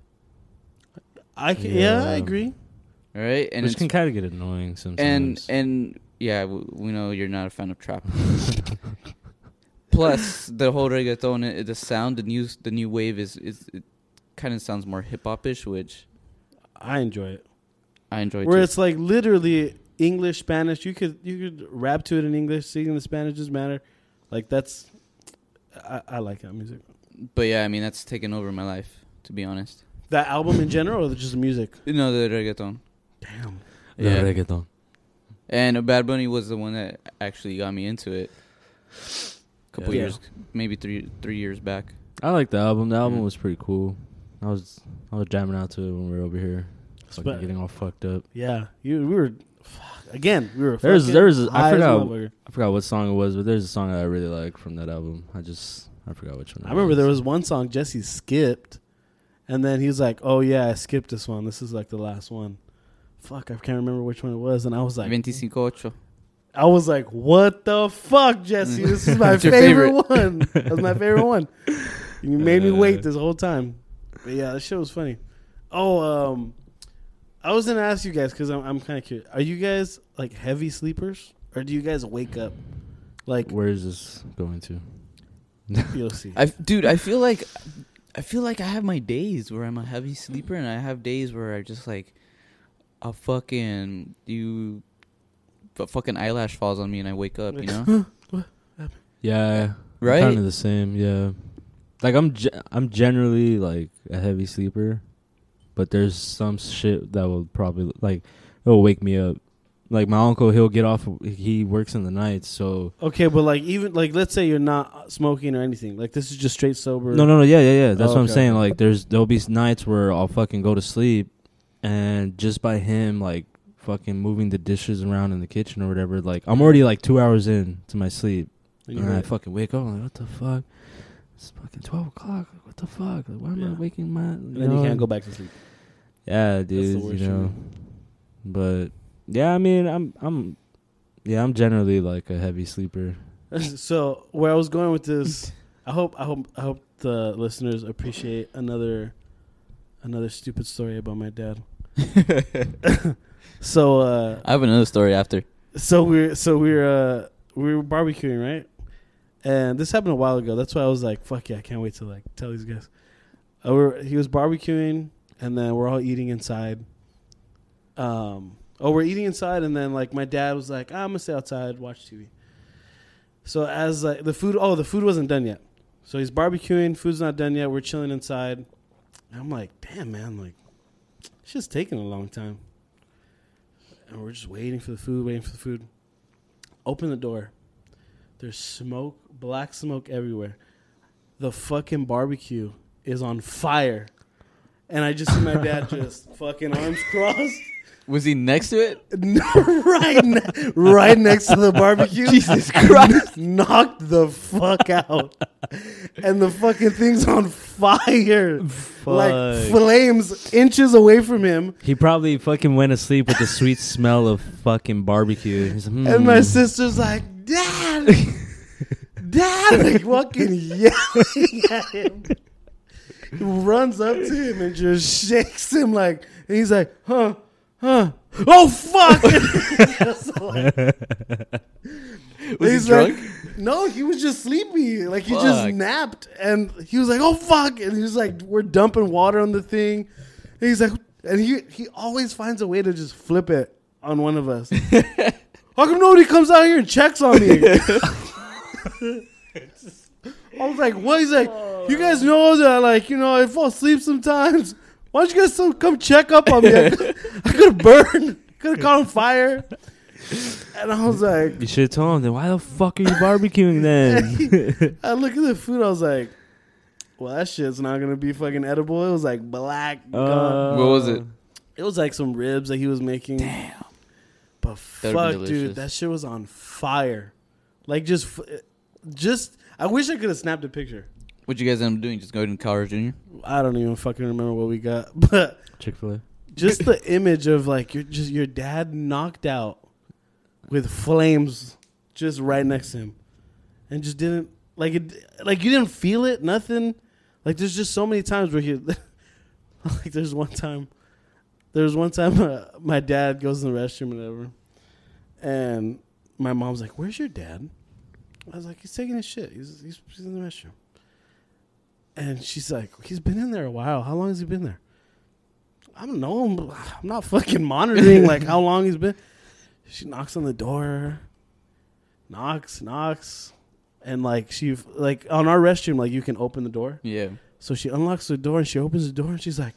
C: I can, yeah. I
B: Yeah.
C: agree.
D: all right? And
B: Which
D: it's,
B: can kind of get annoying
D: and
B: sometimes.
D: and yeah, we, we know you're not a fan of trap. Plus, the whole reggaeton, i- the sound, the new the new wave is is it kind of sounds more hip hopish, which
C: I enjoy it.
D: I enjoy.
C: Where
D: too.
C: it's like literally English, Spanish. You could you could rap to it in English, sing in the Spanish doesn't matter. Like that's. I, I like that music.
D: but yeah, I mean that's taken over my life to be honest.
C: That album in general, or just the music.
D: You know the reggaeton,
C: Damn.
B: The
D: yeah.
B: reggaeton.
D: and Bad Bunny was the one that actually got me into it. A couple
C: Yeah.
D: years, maybe three three years back.
B: I like the album. The album
D: Mhm.
B: was pretty cool. I was I was jamming out to it when we were over here, fucking
C: Spe-
B: getting all fucked up.
C: Yeah, you we were fuck, again. We were.
B: There's-
C: fucking
B: there's- I
C: high as a
B: forgot.
C: motherfucker.
B: I forgot what song it was, but there's a song that I really like from that album. I just I forgot which one.
C: I
B: it
C: remember there was one song Jesse skipped, and then he was like, "Oh yeah, I skipped this one. This is like the last one." Fuck, I can't remember which one it was, and I was like,
D: Veinticinco ocho.
C: I was like, "What the fuck, Jesse? This is my
D: It's your
C: favorite, one. That's my favorite one." You made me
B: Uh,
C: wait this whole time. But yeah, that shit was funny. Oh, um, I was gonna ask you guys because I'm, I'm kind of curious. Are you guys like heavy sleepers, or do you guys wake up? Like
B: Where is this going to?
C: you'll see.
D: I dude, I feel like I feel like I have my days where I'm a heavy sleeper, and I have days where I just like a fucking you a fucking eyelash falls on me, and I wake up. You know,
B: Yeah,
D: Right?
B: Kind of the same. Yeah, like I'm ge- I'm generally like a heavy sleeper, but there's some shit that will probably like it'll wake me up. Like my uncle, he'll get off. He works in the night, so
C: Okay, but like even like let's say you're not smoking or anything. Like this is just straight sober.
B: no, no, no. Yeah, yeah, yeah. That's
C: Oh,
B: what I'm
C: okay,
B: saying.
C: okay.
B: Like there's there'll be nights where I'll fucking go to sleep, and just by him like fucking moving the dishes around in the kitchen or whatever, like I'm already like two hours in to my sleep.
C: And
B: and
C: you're
B: I
C: right.
B: fucking wake up. I'm like, what the fuck? It's fucking twelve o'clock. Like, what the fuck? Like, why am
C: Yeah.
B: I waking my?
C: And then you can't go back to sleep.
B: Yeah,
C: the
B: dude.
C: worst
B: you know. But yeah, I mean, I'm, I'm, yeah, I'm generally like a heavy sleeper.
C: so where I was going with this, I hope I hope I hope the listeners appreciate another another stupid story about my dad. So uh
D: I have another story after.
C: so we're so we're uh we were barbecuing, right? And this happened a while ago. That's why I was like, "Fuck yeah, I can't wait to like tell these guys." Uh, we're, he was barbecuing, and then we're all eating inside. Um, oh, we're eating inside, and then like my dad was like, "Ah, "I'm gonna stay outside, watch TV." So as like the food, oh, the food wasn't done yet. So he's barbecuing, food's not done yet. We're chilling inside. And I'm like, "Damn, man, like, it's just taking a long time." and we're just waiting for the food, waiting for the food. Open the door. There's smoke, black smoke everywhere. The fucking barbecue is on fire. And I just see my dad just fucking arms crossed.
D: Was he next to it?
C: right, ne- right next to the barbecue. Jesus Christ! Knocked the fuck out, and the fucking thing's on fire, like
B: Fuck.
C: flames inches away from him.
B: He probably fucking went to sleep with the sweet smell of fucking barbecue. He's like,
C: And my
B: "Hmm."
C: sister's like, "Dad, Dad!" Like fucking yelling at him. He runs up to him and just shakes him like, and he's like, "Huh." Huh? Oh fuck! Just like-
D: Was
C: He's
D: he drunk?
C: Like, no, he was just sleepy. Like he just
D: Fuck.
C: napped, and he was like, "Oh fuck!" And he was like, "We're dumping water on the thing." And he's like, and he he always finds a way to just flip it on one of us. How come nobody comes out here and checks on me? I was like, "What?" He's like, "You guys know that, like, you know, I fall asleep sometimes. Why don't you guys still come check up on me? I could have burned, could have caught on fire." And I was like,
B: you should have told him. Then why the fuck are you barbecuing then?
C: I look at the food. I was like, "Well, that shit's not gonna be fucking edible." It was like black. gone.
B: Uh,
D: What was it?
C: It was like some ribs that he was making. Damn. But
D: That would've been
C: fuck, dude,
D: delicious.
C: that shit was on fire. Like just, f- just. I wish I could have snapped a picture.
D: What you guys end up doing? Just going to Cowers Jr.
C: I don't even fucking remember what we got, but
B: Chick Fil A.
C: just the image of like your just your dad knocked out with flames just right next to him and just didn't like it like you didn't feel it nothing like there's just so many times where he like there's one time there's one time uh, my dad goes in the restroom and whatever and my mom's like where's your dad i was like he's taking a shit he's, he's, he's in the restroom and she's like he's been in there a while how long has he been there I don't know. I'm, I'm not fucking monitoring like how long he's been. She knocks on the door, knocks, knocks, and like she like on our restroom like you can open the door.
D: Yeah.
C: So she unlocks the door and she opens the door and she's like,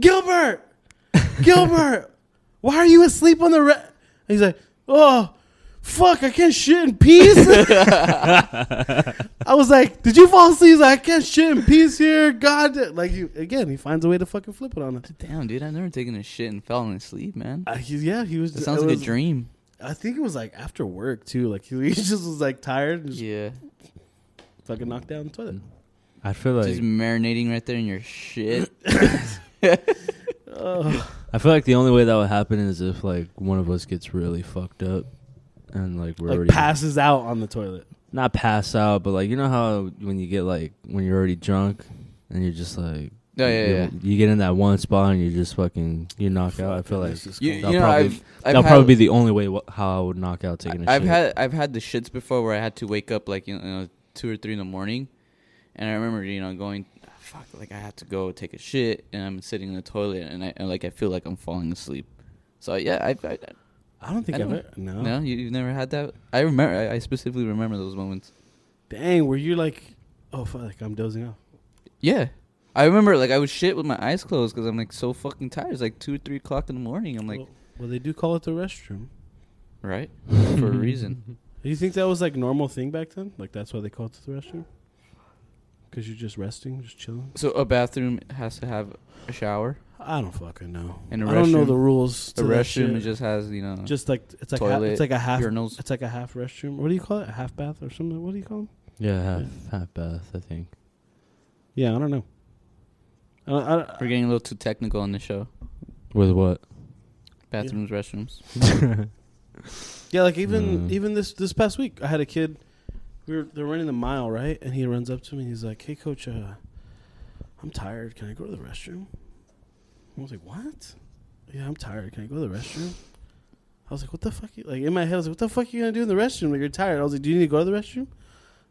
C: Gilbert, Gilbert, why are you asleep on the? Re-? And he's like, oh, fuck, I can't shit in peace. I was like, did you fall asleep? He's like, I can't shit in peace here. God, da-" like he, again, he finds a way to fucking flip it on us.
D: Damn, dude, I've never taken a shit and fallen asleep, man.
C: Uh, he, yeah, he was.
D: That sounds
C: it
D: like a
C: was-
D: dream.
C: I think it was like after work too. Like he, he just was like tired and just
D: Yeah. Mm.
C: fucking knocked down the toilet.
B: I feel like
D: Just marinating right there in your shit.
B: I feel like the only way that would happen is if like one of us gets really fucked up and like we're
C: Like
B: already
C: passes out on the toilet.
B: not pass out, but like you know how when you get like when you're already drunk and you're just like
D: Oh, yeah,
B: you,
D: yeah.
B: you get in that one spot and you just fucking you knock out. I feel like
C: This is
D: You,
B: That'll
D: you know,
B: probably-
D: I've, I've
B: that'll
D: had-
B: probably be the only way wh- how I would knock out taking a
D: I've
B: shit.
D: had I've had the shits before where I had to wake up like you know two or three in the morning, and I remember you know going, "Ah, fuck, like I have to go take a shit, and I'm sitting in the toilet, and I and, like I feel like I'm falling asleep. So yeah, I, I,
C: I don't think
D: I
C: I have
D: don't-
C: ever. No.
D: no, you, you've never had that. I remember, I, I specifically remember those moments.
C: Dang, were you like, oh fuck, like I'm dozing off?
D: Yeah, I remember like I would shit with my eyes closed because I'm like so fucking tired. It's like two or three o'clock in the morning. I'm like,
C: well, well, they do call it the restroom.
D: right, for a reason.
C: Do you think that was like normal thing back then? Like that's why they called it the restroom? Because you're just resting, just chilling.
D: So a bathroom has to have a shower.
C: I don't fucking know.
D: And a
C: I don't know
D: restroom-
C: the rules.
D: A
C: to that
D: restroom
C: shit.
D: just has you know
C: just like it's like ha-
D: toilet,
C: it's like a half.
D: urinals.
C: It's like a half restroom. What do you call it? A half bath or something? What do you call it?
B: yeah, half, half bath. I think
C: Yeah, I don't know. I, I,
D: We're getting a little too technical on the show.
B: with what
D: Bathrooms, restrooms.
C: yeah, like even
B: Mm.
C: even this this past week, I had a kid. We were they're running the mile, right? And he runs up to me and he's like, "Hey, coach, uh, I'm tired. Can I go to the restroom?" I was like, "What? Yeah, I'm tired. Can I go to the restroom?" I was like, "What the fuck?" You, like in my head, I was like, "What the fuck are you gonna do in the restroom? Like you're tired." I was like, "Do you need to go to the restroom?"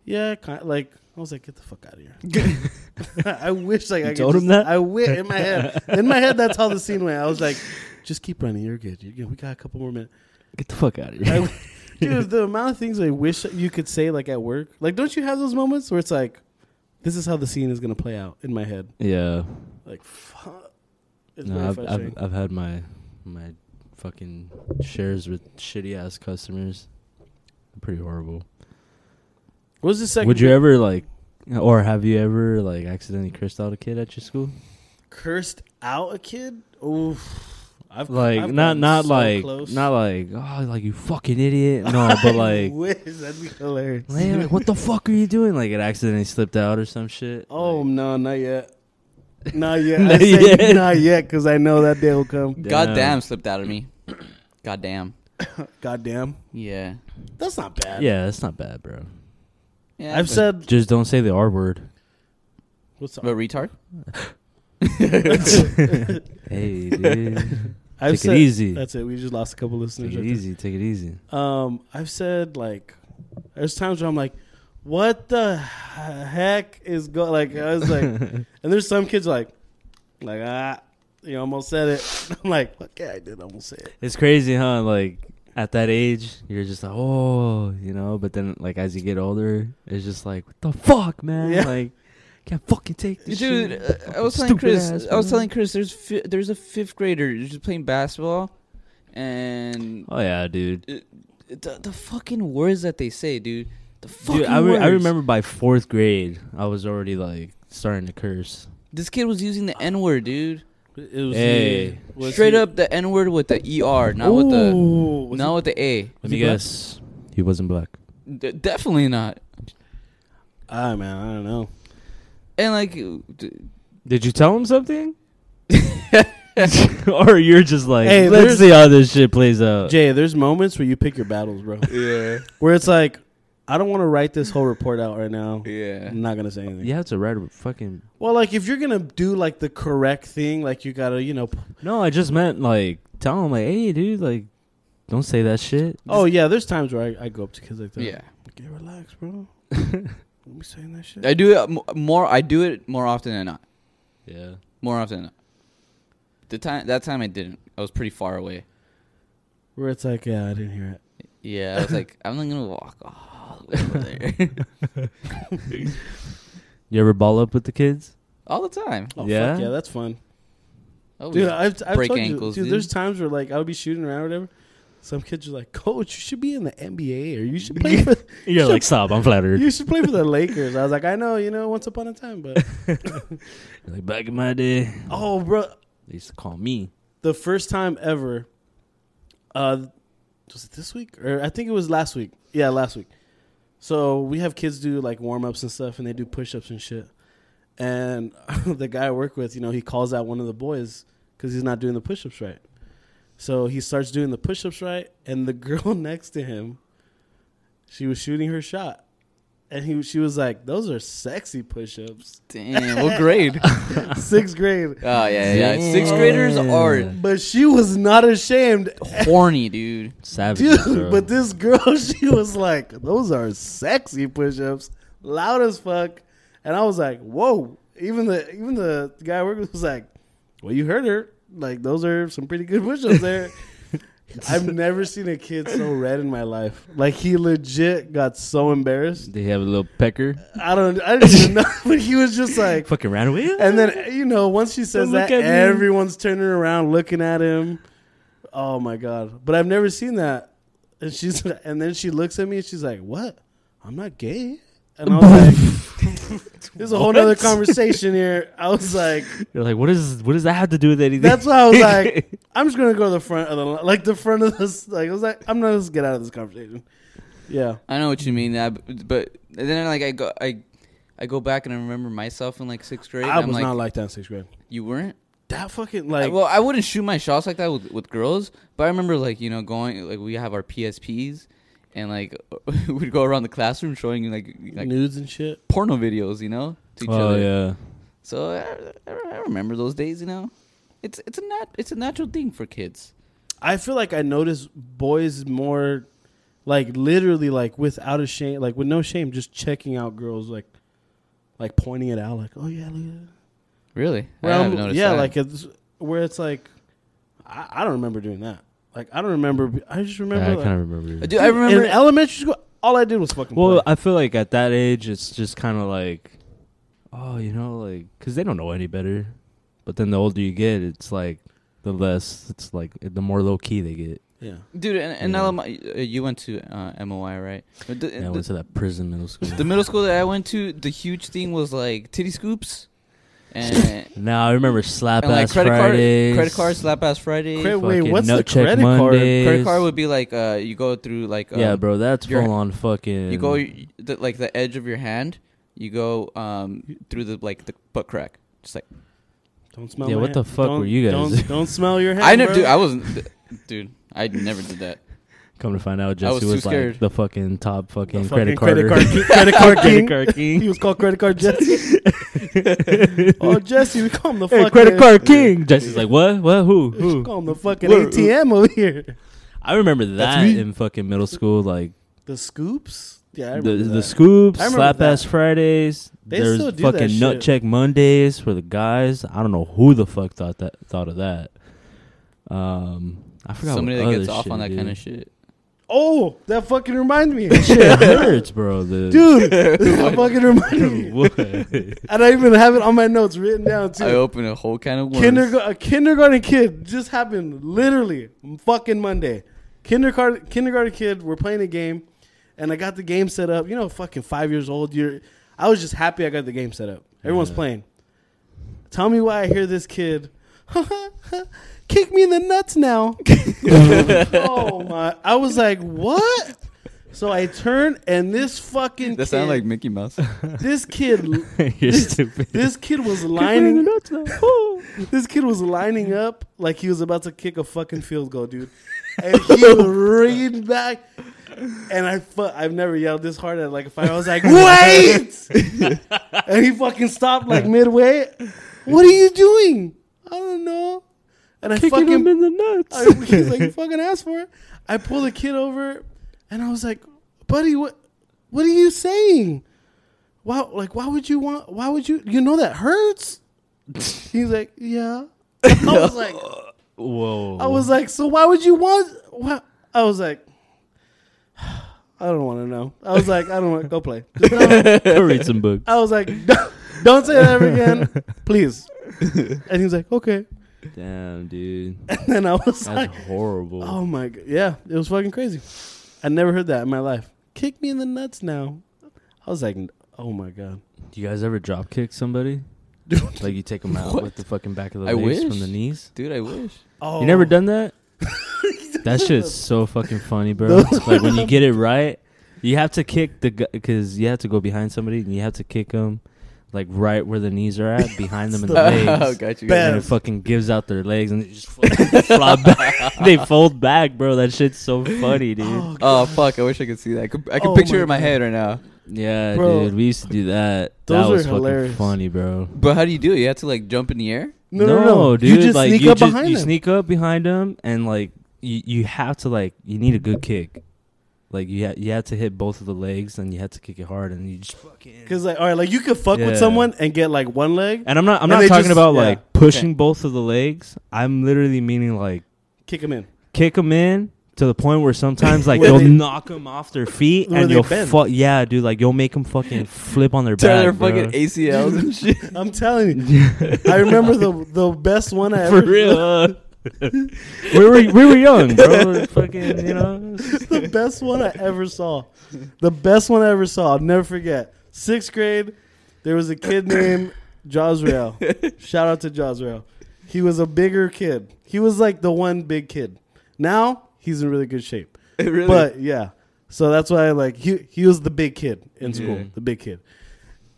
C: Yeah, kind like I was like, "Get the fuck out of here." I wish like
B: You
C: I
B: told
C: could
B: him
C: just-
B: that?
C: I wish in my head. In my head, that's how the scene went. I was like, "Just keep running. You're good. You're good. We got a couple more minutes."
B: get the fuck out of
C: I
B: here.
C: w- dude, the amount of things I wish you could say like at work. Like, don't you have those moments where it's like, this is how the scene is gonna play out in my head?
B: yeah,
C: Like, fuck. It's
B: no,
C: very
B: I've, I've
C: frustrating.
B: I've had my my fucking shares with shitty ass customers. Pretty horrible.
C: What was the second?
B: Would you
C: beer?
B: ever like, or have you ever like accidentally cursed out a kid at your school?
C: cursed out a kid? Oof. I've
B: Like
C: I've
B: not
C: gotten
B: not
C: so
B: like
C: close.
B: not like oh like you fucking idiot no but
C: I
B: like
C: wish, that'd be hilarious.
B: man, like what the fuck are you doing like it accidentally slipped out or some shit.
C: Oh no, not yet. Not yet.
B: Not
C: I said
B: yet.
C: Not yet, because I know that day will come.
D: God damn,
B: Damn.
D: slipped out of me. God damn.
C: Goddamn,
D: Yeah.
C: that's not bad.
B: yeah, that's not bad, bro.
D: Yeah.
C: I've
D: but-
C: said
B: Just don't say the R word.
C: what's up?
D: But retard?
B: Hey, dude,
C: I've
B: take it
C: said,
B: easy.
C: That's it. We just lost a couple listeners.
B: take
C: right
B: it
C: there.
B: easy. Take it easy.
C: Um, I've said like, there's times where I'm like, what the heck is going? Like I was like, and there's some kids like, like ah, you almost said it. I'm like, okay, I did almost say it.
B: It's crazy, huh? Like at that age, you're just like, oh, you know. But then, like as you get older, it's just like, what the fuck, man?
C: Yeah.
B: Like, can't fucking take this
D: Dude,
B: shit.
D: uh, I was telling
B: Stupid
D: Chris.
B: ass,
D: I was
B: man.
D: telling Chris. There's fi- there's a fifth grader just playing basketball, and
B: Oh yeah, dude.
D: the, the fucking words that they say, dude. The fucking
B: Dude, I, re-
D: words.
B: I remember by fourth grade, I was already like starting to curse.
D: this kid was using the N word, dude.
C: It was
B: Hey.
C: was
D: Straight
C: he-
D: up the N word with the ER, not with the
C: Ooh, was
D: not
C: he-
D: with the A.
B: Let
C: he
B: me
C: black?
B: guess, he wasn't black.
D: D- definitely not.
C: Ah man, I don't know.
D: And like, d-
B: Did you tell him something? or you're just like,
C: Hey,
B: let's
C: there's-
B: see how this shit plays out.
C: Jay, there's moments where you pick your battles, bro.
D: yeah,
C: Where it's like, I don't want to write this whole report out right now.
D: yeah.
C: I'm not gonna say anything.
B: you have to write a fucking.
C: Well, like if you're gonna do like the correct thing, like you gotta, you know. p-
B: No, I just meant like tell him like, hey, dude, like, don't say that shit.
C: Oh yeah, there's times where I, I go up to kids like that.
D: Yeah,
C: Okay, relax, bro. Let me saying that shit.
D: I do it m- more. I do it more often than not.
B: Yeah.
D: More often than not. The time that time I didn't. I was pretty far away.
C: Where it's like, yeah, I didn't hear it.
D: Yeah, I was like, I'm not gonna walk all the way over there.
B: You ever ball up with the kids?
D: all the time.
C: Oh
B: Yeah?
C: fuck yeah, that's fun,
D: I was-
C: dude. I've, I've
D: break
C: told
D: ankles,
C: you, dude,
D: dude.
C: There's times where like I would be shooting around or whatever. Some kids are like, coach, you should be in the NBA or you should play for
B: You're like, stop. I'm flattered.
C: you should play for the Lakers. I was like, I know, you know, once upon a time, but
B: like back in my day,
C: oh, bro,
B: they used to call me.
C: the first time ever. Uh, was it this week or I think it was last week? Yeah, last week. So we have kids do like warm ups and stuff, and they do push ups and shit. And the guy I work with, you know, he calls out one of the boys because he's not doing the push ups right. So he starts doing the push ups right, and the girl next to him, she was shooting her shot, and he she was like, "Those are sexy push ups."
D: Damn, what grade? oh
C: Sixth grade.
D: yeah, yeah. yeah. Sixth graders are
B: Damn.
C: But she was not ashamed
D: horny, dude.
B: Savage,
C: dude.
B: bro.
C: But this girl, she was like, "Those are sexy push-ups, loud as fuck," and I was like, "Whoa!" Even the even the guy I worked with was like, "Well, you heard her. Like, those are some pretty good push-ups there." I've never seen a kid so red in my life. Like he legit got so embarrassed.
B: Did he have a little pecker?
C: I don't. I didn't even know, but he was just like.
B: Fucking ran away.
C: And then you know, once she says
B: Don't look
C: that,
B: at me.
C: everyone's turning around looking at him. Oh my god! But I've never seen that. And she's and then she looks at me and she's like, "What? I'm not gay." And I was like, "There's a whole other conversation here." I was like,
B: You're like, what is what does that have to do with anything?
C: "That's why I was like, I'm just gonna go to the front of the li- like the front of this like I was like, I'm gonna just get out of this conversation." Yeah,
D: I know what you mean. That, but and then like I go, I, I go back and I remember myself in like sixth grade.
C: I
D: and I'm
C: was
D: like,
C: not like that in sixth grade.
D: you weren't.
C: That fucking like
D: well, I wouldn't shoot my shots like that with, with girls, but I remember like you know going like we have our PSPs, and like we'd go around the classroom showing like like
C: nudes and shit.
D: porno videos, you know, to each
B: oh
D: other.
B: yeah.
D: So I, I- I remember those days, you know. It's it's a nat- it's a natural thing for kids.
C: I feel like I notice boys more, like literally, like without a shame, like with no shame, just checking out girls, like, like pointing it out, like, oh yeah, look at that."
D: Really?
C: Where
D: I
C: I'm-
D: haven't noticed
C: yeah,
D: that.
C: like it's where it's like, I, I don't remember doing that. Like I don't remember. I just remember.
B: yeah I
C: like,
B: kind of remember.
D: Uh, Dude, I remember
C: in elementary school. All I did was fucking.
B: Well,
C: play.
B: I feel like at that age, it's just kind of like, oh, you know, like because they don't know any better. But then the older you get, it's like the less it's like the more low key they get.
C: Yeah.
D: dude. And, and
B: Yeah.
D: LMI, uh, you went to uh, MOI, right? But the-
B: Yeah, I
D: the-
B: went to that prison middle school.
D: The middle school that I went to, the huge thing was like titty scoops, and,
B: now I remember slap
D: and like
B: ass
D: credit
B: Fridays.
D: card, credit card, slap ass Friday. Credit,
C: Credit- Wait,
B: fucking
C: what's
B: nut
C: the
B: check
C: credit card?
B: Mondays.
D: card would be like uh, you go through like um,
B: yeah, bro, that's
D: your-
B: full on fucking.
D: You go y- the, like the edge of your hand. You go um through the like the butt crack. Just like
C: Don't smell.
B: Yeah,
C: my
B: what the
C: hand.
B: fuck
C: Don't-
B: were you guys
C: Don't,
B: doing?
C: don't smell your hand.
D: I never,
C: bro.
D: dude. I wasn't, dude. I never did that.
B: Come to find out,
D: I
B: Jesse
D: was too
B: was, like
D: scared.
B: the fucking top
C: The
B: fucking,
C: fucking
B: credit,
C: credit
B: card.
C: card, ki- credit card king.
B: credit card king.
C: He was called credit card Jesse. oh, Jesse, we call him the
B: hey,
C: fucking
B: credit card king. Jesse's like, what? What? Who?
C: We
B: Who?
C: call him the fucking
B: Where-
C: ATM over here.
B: I remember that
C: me.
B: in fucking middle school, like
C: The scoops. Yeah, I
B: the
C: remember that.
B: the scoops,
C: I remember
B: slap ass
C: that.
B: Fridays.
C: They
B: there's
C: still do that
B: fucking nut
C: shit.
B: check Mondays for the guys. I don't know who the fuck thought that thought of that. Um, I forgot.
D: Somebody
B: what
D: that gets
B: other
D: off
B: shit,
D: on that
B: dude.
D: kind of shit.
C: Oh, that fucking reminded me,
B: Shit hurts, bro. The,
C: dude. that fucking reminded me.
B: What?
C: And I even have it on my notes written down
D: I
C: too.
D: opened a whole can of worms.
C: Kindergarten, a kindergarten kid just happened literally fucking Monday. Kindergarten, kindergarten kid, we're playing a game, and I got the game set up. You know, fucking five years old. You're, I was just happy I got the game set up. Everyone's
B: Yeah.
C: playing. Tell me why I hear this kid. Kick me in the nuts now. oh my! I was like, what? So I turn and this fucking
D: That
C: kid,
D: sounded like Mickey Mouse.
C: this kid
B: You're stupid.
C: this kid was
B: Kick me in
C: lining
B: the nuts now. Oh.
C: this kid was lining up like he was about to kick a fucking field goal, dude. And he
B: Oh,
C: was reading back, and I fu- I've never yelled this hard at like a fire. I was like, wait, and he fucking stopped like midway. What are you doing? I don't know. And I
B: Kicking him
C: fucking
B: in the nuts.
C: I, he's like, you fucking asked for it. I pulled the kid over, and I was like, buddy, what what are you saying? Why like why would you want why would you you know that hurts? He's like, yeah. I was like,
B: Whoa.
C: I was like, so why would you want? Why? I was like, I don't want to know. I was like, I don't want. Go play. Just don't-
B: Go read some books.
C: I was like, don't, don't say that ever again, please. And he was like, okay.
B: Damn, dude.
C: And then I was like,
B: That's horrible.
C: oh my god, yeah, it was fucking crazy. I never heard that in my life. Kick me in the nuts now. I was like, oh my god.
B: Do you guys ever drop kick somebody? like you take them out
D: What?
B: with the fucking back of the
D: I
B: legs
D: wish.
B: from the knees.
D: Dude, I wish.
C: Oh,
B: You never done that? that shit's so fucking funny, bro. like when you get it right, you have to kick the because you have to go behind somebody and you have to kick them like right where the knees are at, behind them in the
C: Stop.
D: oh,
B: legs.
D: got you.
C: Bad.
B: And it fucking gives out their legs and they just fucking flop back. they fold back, bro. That shit's so funny, dude.
C: Oh,
D: Oh fuck! I wish I could see that. I could, I could
C: Oh
D: picture
C: my
D: it in my
C: God.
D: head right now.
B: Yeah,
C: Bro.
B: dude. We used to do that.
C: Those
B: that
C: are
B: was fucking
C: hilarious.
B: funny, bro.
D: But how do you do it? You have to like jump in the air.
C: No, no, no,
B: dude.
C: You just
B: like,
C: sneak
B: you
C: up
B: ju-
C: behind
B: you
C: them.
B: sneak up behind them, and like you, you have to like you need a good kick. Like you, ha- you have to hit both of the legs, and you have to kick it hard, and you just fucking.
C: Because like, all right, like you could fuck with
B: Yeah.
C: someone and get like one leg,
B: And I'm not, I'm not
C: and they
B: talking
C: just-
B: about
C: yeah.
B: like pushing both of the legs. I'm literally meaning like
C: kick him in.
B: kick them in to the point where sometimes like
C: Where
B: you'll
C: they-
B: knock them off their feet,
C: Where
B: and
C: they
B: you'll
C: bend.
B: fuck yeah, dude. Like you'll make them fucking flip on their
D: Tear
B: back,
D: their
B: bro.
D: fucking ACLs and shit.
C: I'm telling you, I remember the the best one I
B: For
C: ever.
B: real. we were we were young, bro. fucking, you know.
C: the best one I ever saw. The best one I ever saw. I'll never forget. Sixth grade, there was a kid named Josrael. Shout out to Josrael. He was a bigger kid. He was like the one big kid. Now he's in really good shape.
D: really?
C: But yeah, so that's why like he he was the big kid in school,
D: Yeah.
C: the big kid.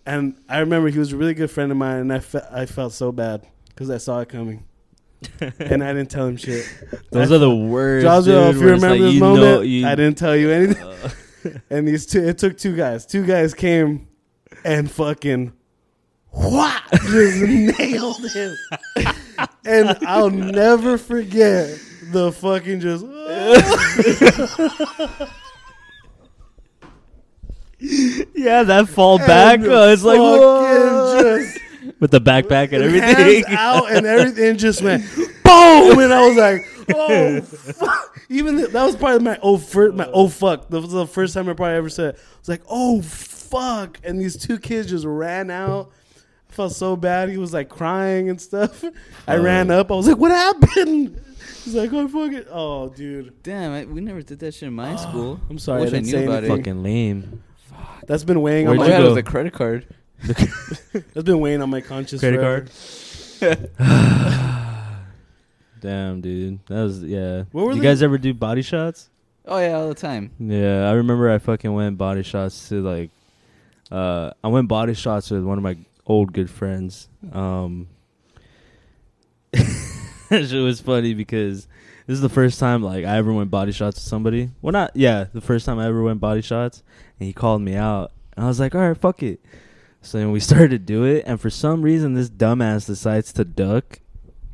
C: And I remember he was a really good friend of mine, and I fe- I felt so bad because I saw it coming, and I didn't tell him shit.
B: Those
C: I-
B: are the worst.
C: Joshua,
B: dude,
C: if you
B: where it's
C: remember
B: like,
C: this
B: you
C: moment,
B: know- you-
C: I didn't tell you anything. and these two, it took two guys. Two guys came and fucking what just nailed him. and I'll never forget the fucking just.
B: Yeah, that fall
C: and
B: back. uh, it's like
C: fucking
B: "Whoa,"
C: just
B: with the backpack and
C: hands
B: everything.
C: out and everything just went boom, and I was like, oh fuck. Even th- that was probably my oh fir- my oh fuck. That was the first time I probably ever said. It. I was like, oh fuck, and these two kids just ran out. felt so bad. He was like crying and stuff. I
B: Uh.
C: ran up. I was like, "What happened?" He's like, "I fucking oh, dude."
D: Damn, I, we never did that shit in my school.
C: I'm sorry, I
D: Wish I,
C: didn't say
D: knew about it.
C: anything.
B: Fucking lame.
C: That's been weighing
D: All
C: on
B: Where'd
D: I
C: my
B: you
D: had was
B: go?
D: a credit card.
C: that's been weighing on my conscience.
B: Credit
C: forever.
B: card. Damn, dude. That was yeah.
C: What were
B: you
C: the-
B: guys ever do body shots?
D: Oh yeah, all the time.
B: Yeah, I remember I fucking went body shots to like uh I went body shots with one of my old good friends. Um it was funny because this is the first time like I ever went body shots with somebody. Well not yeah, the first time I ever went body shots and he called me out and I was like, Alright, fuck it. So then we started to do it and for some reason this dumbass decides to duck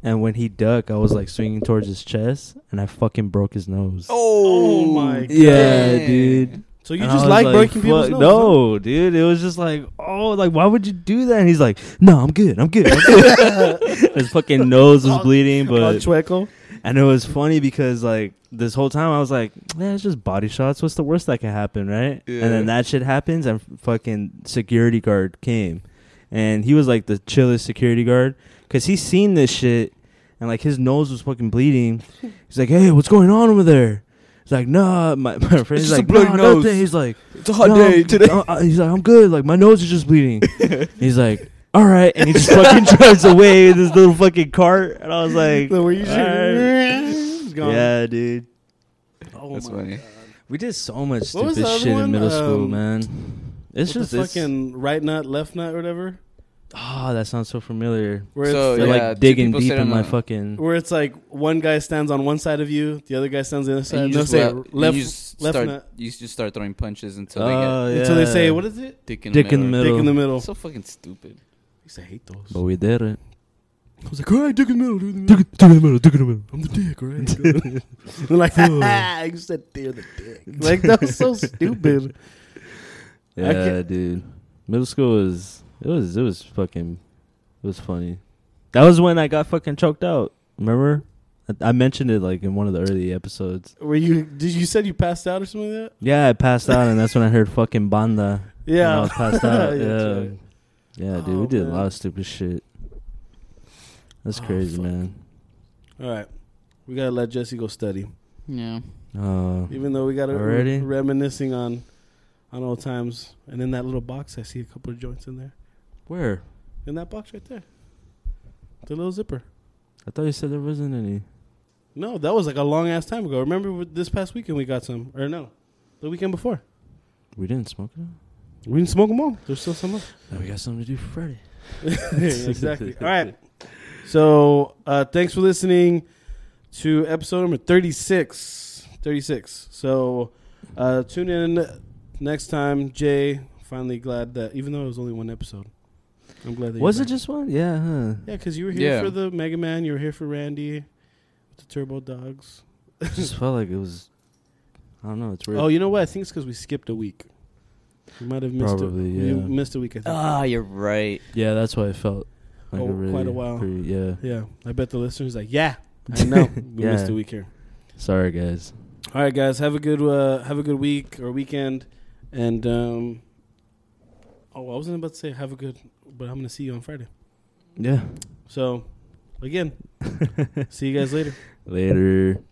B: and when he ducked I was like swinging towards his chest and I fucking broke his nose.
C: Oh my God.
B: Yeah, dude.
C: So you
B: And I
C: just
B: was
C: like, breaking people's
B: "Fuck,
C: nose? huh?
B: No, dude. It was just like, oh, like why would you do that? And he's like, no, I'm good. I'm good. I'm good." His fucking nose was
C: All-
B: bleeding,
C: All
B: but
C: Chueco.
B: and it was funny because like this whole time I was like, yeah, it's just body shots. What's the worst that can happen, right?
D: Yeah.
B: And then that shit happens, and fucking security guard came, and he was like the chillest security guard because he's seen this shit, and like his nose was fucking bleeding. He's like, hey, what's going on over there? He's like, nah, my, my friend's
D: just a
B: like,
D: bloody
B: nah,
D: nose."
B: nothing. He's like.
D: It's a hot
B: No,
D: day today.
B: uh, uh, he's like, I'm good. Like my nose is just bleeding. he's like, all right, and he just fucking drives away with his little fucking cart. And I was like,
C: So were you just-
B: all right.
C: It's gone.
B: yeah, dude.
C: Oh
D: That's
C: my
D: funny.
C: God.
B: We did so much
C: What was
B: stupid
C: the other
B: shit
C: one?
B: in middle school,
C: Um,
B: man. It's
C: With
B: just
C: the
B: this.
C: fucking right nut, left nut, or whatever.
B: Oh, that sounds so familiar.
C: Where it's
D: So,
B: They're
C: like,
D: Oh, yeah, two
B: like digging
D: people
B: deep
D: sit
B: in
D: on
B: my
D: a-
B: fucking.
C: where it's like one guy stands on one side of you, the other guy stands on the other side.
D: And
C: And
D: you
C: they'll
D: just
C: say
D: la-
C: left,
D: and
C: left,
D: you just
C: nut.
D: start. You just start throwing punches until they
B: Oh,
D: get
B: yeah.
C: Until they say, "What is it?"
D: dick in the
B: Dick in the
D: middle.
B: Middle.
C: Uh, Dick in the middle.
D: So fucking stupid.
C: I used to hate those.
B: But we did it.
C: I was like, "All right, dick in the middle, dick in the middle, dick in the middle, dick in the middle. I'm the dick, right?" They're like, "Ah, you said they're the dick." Like that was so stupid. I
B: Yeah,
C: can't-
B: dude. Middle school was it was it was fucking it was funny. That was when I got fucking choked out. Remember? I, I mentioned it like in one of the early episodes.
C: Were you? Did you said you passed out or something like that?
B: Yeah, I passed out, and that's when I heard fucking banda. when I
C: Yeah,
B: was passed out.
C: Yeah,
B: yeah,
C: that's
B: yeah.
C: right.
B: dude. we
C: Oh,
B: did
C: man.
B: a lot of stupid shit. That's
C: Oh,
B: crazy,
C: fuck.
B: man.
C: All right, we gotta let Jesse go study.
D: Yeah.
B: Uh,
C: Even though we got to
B: Already?
C: reminiscing on on old times, and in that little box, I see a couple of joints in there.
B: where?
C: In that box right there, the little zipper.
B: I thought you said there wasn't any.
C: No, that was like a long ass time ago. Remember with- this past weekend we got some, or no, the weekend before.
B: We didn't smoke it.
C: We didn't smoke them all. There's still some left.
B: Now we got something to do for Friday.
C: exactly. All right. So uh, thanks for listening to episode number 36. 36. So uh, tune in next time. Jay, finally glad that, even though it was only one episode, I'm glad that you're
B: Was it
C: back.
B: just one? Yeah, huh?
C: Yeah, because you were here
D: Yeah.
C: for the Mega Man. You were here for Randy with the Turbo Dogs.
B: It just felt like it was. I don't know. It's weird.
C: Oh, you know what? I think it's because we skipped a week. We might have missed
B: Probably,
C: it. We
B: yeah.
C: missed a week, I think.
D: Ah, you're right.
B: Yeah, that's why it felt like
C: Oh,
B: a really
C: quite a while.
B: pretty- yeah.
C: yeah. I bet the listeners like, yeah, I know. We
B: Yeah.
C: missed a week here.
B: Sorry, guys.
C: All right, guys. Have a good uh, have a good week or weekend, and um, oh, I wasn't about to say have a good, but I'm gonna see you on Friday.
B: Yeah.
C: So, again, see you guys later.
B: Later.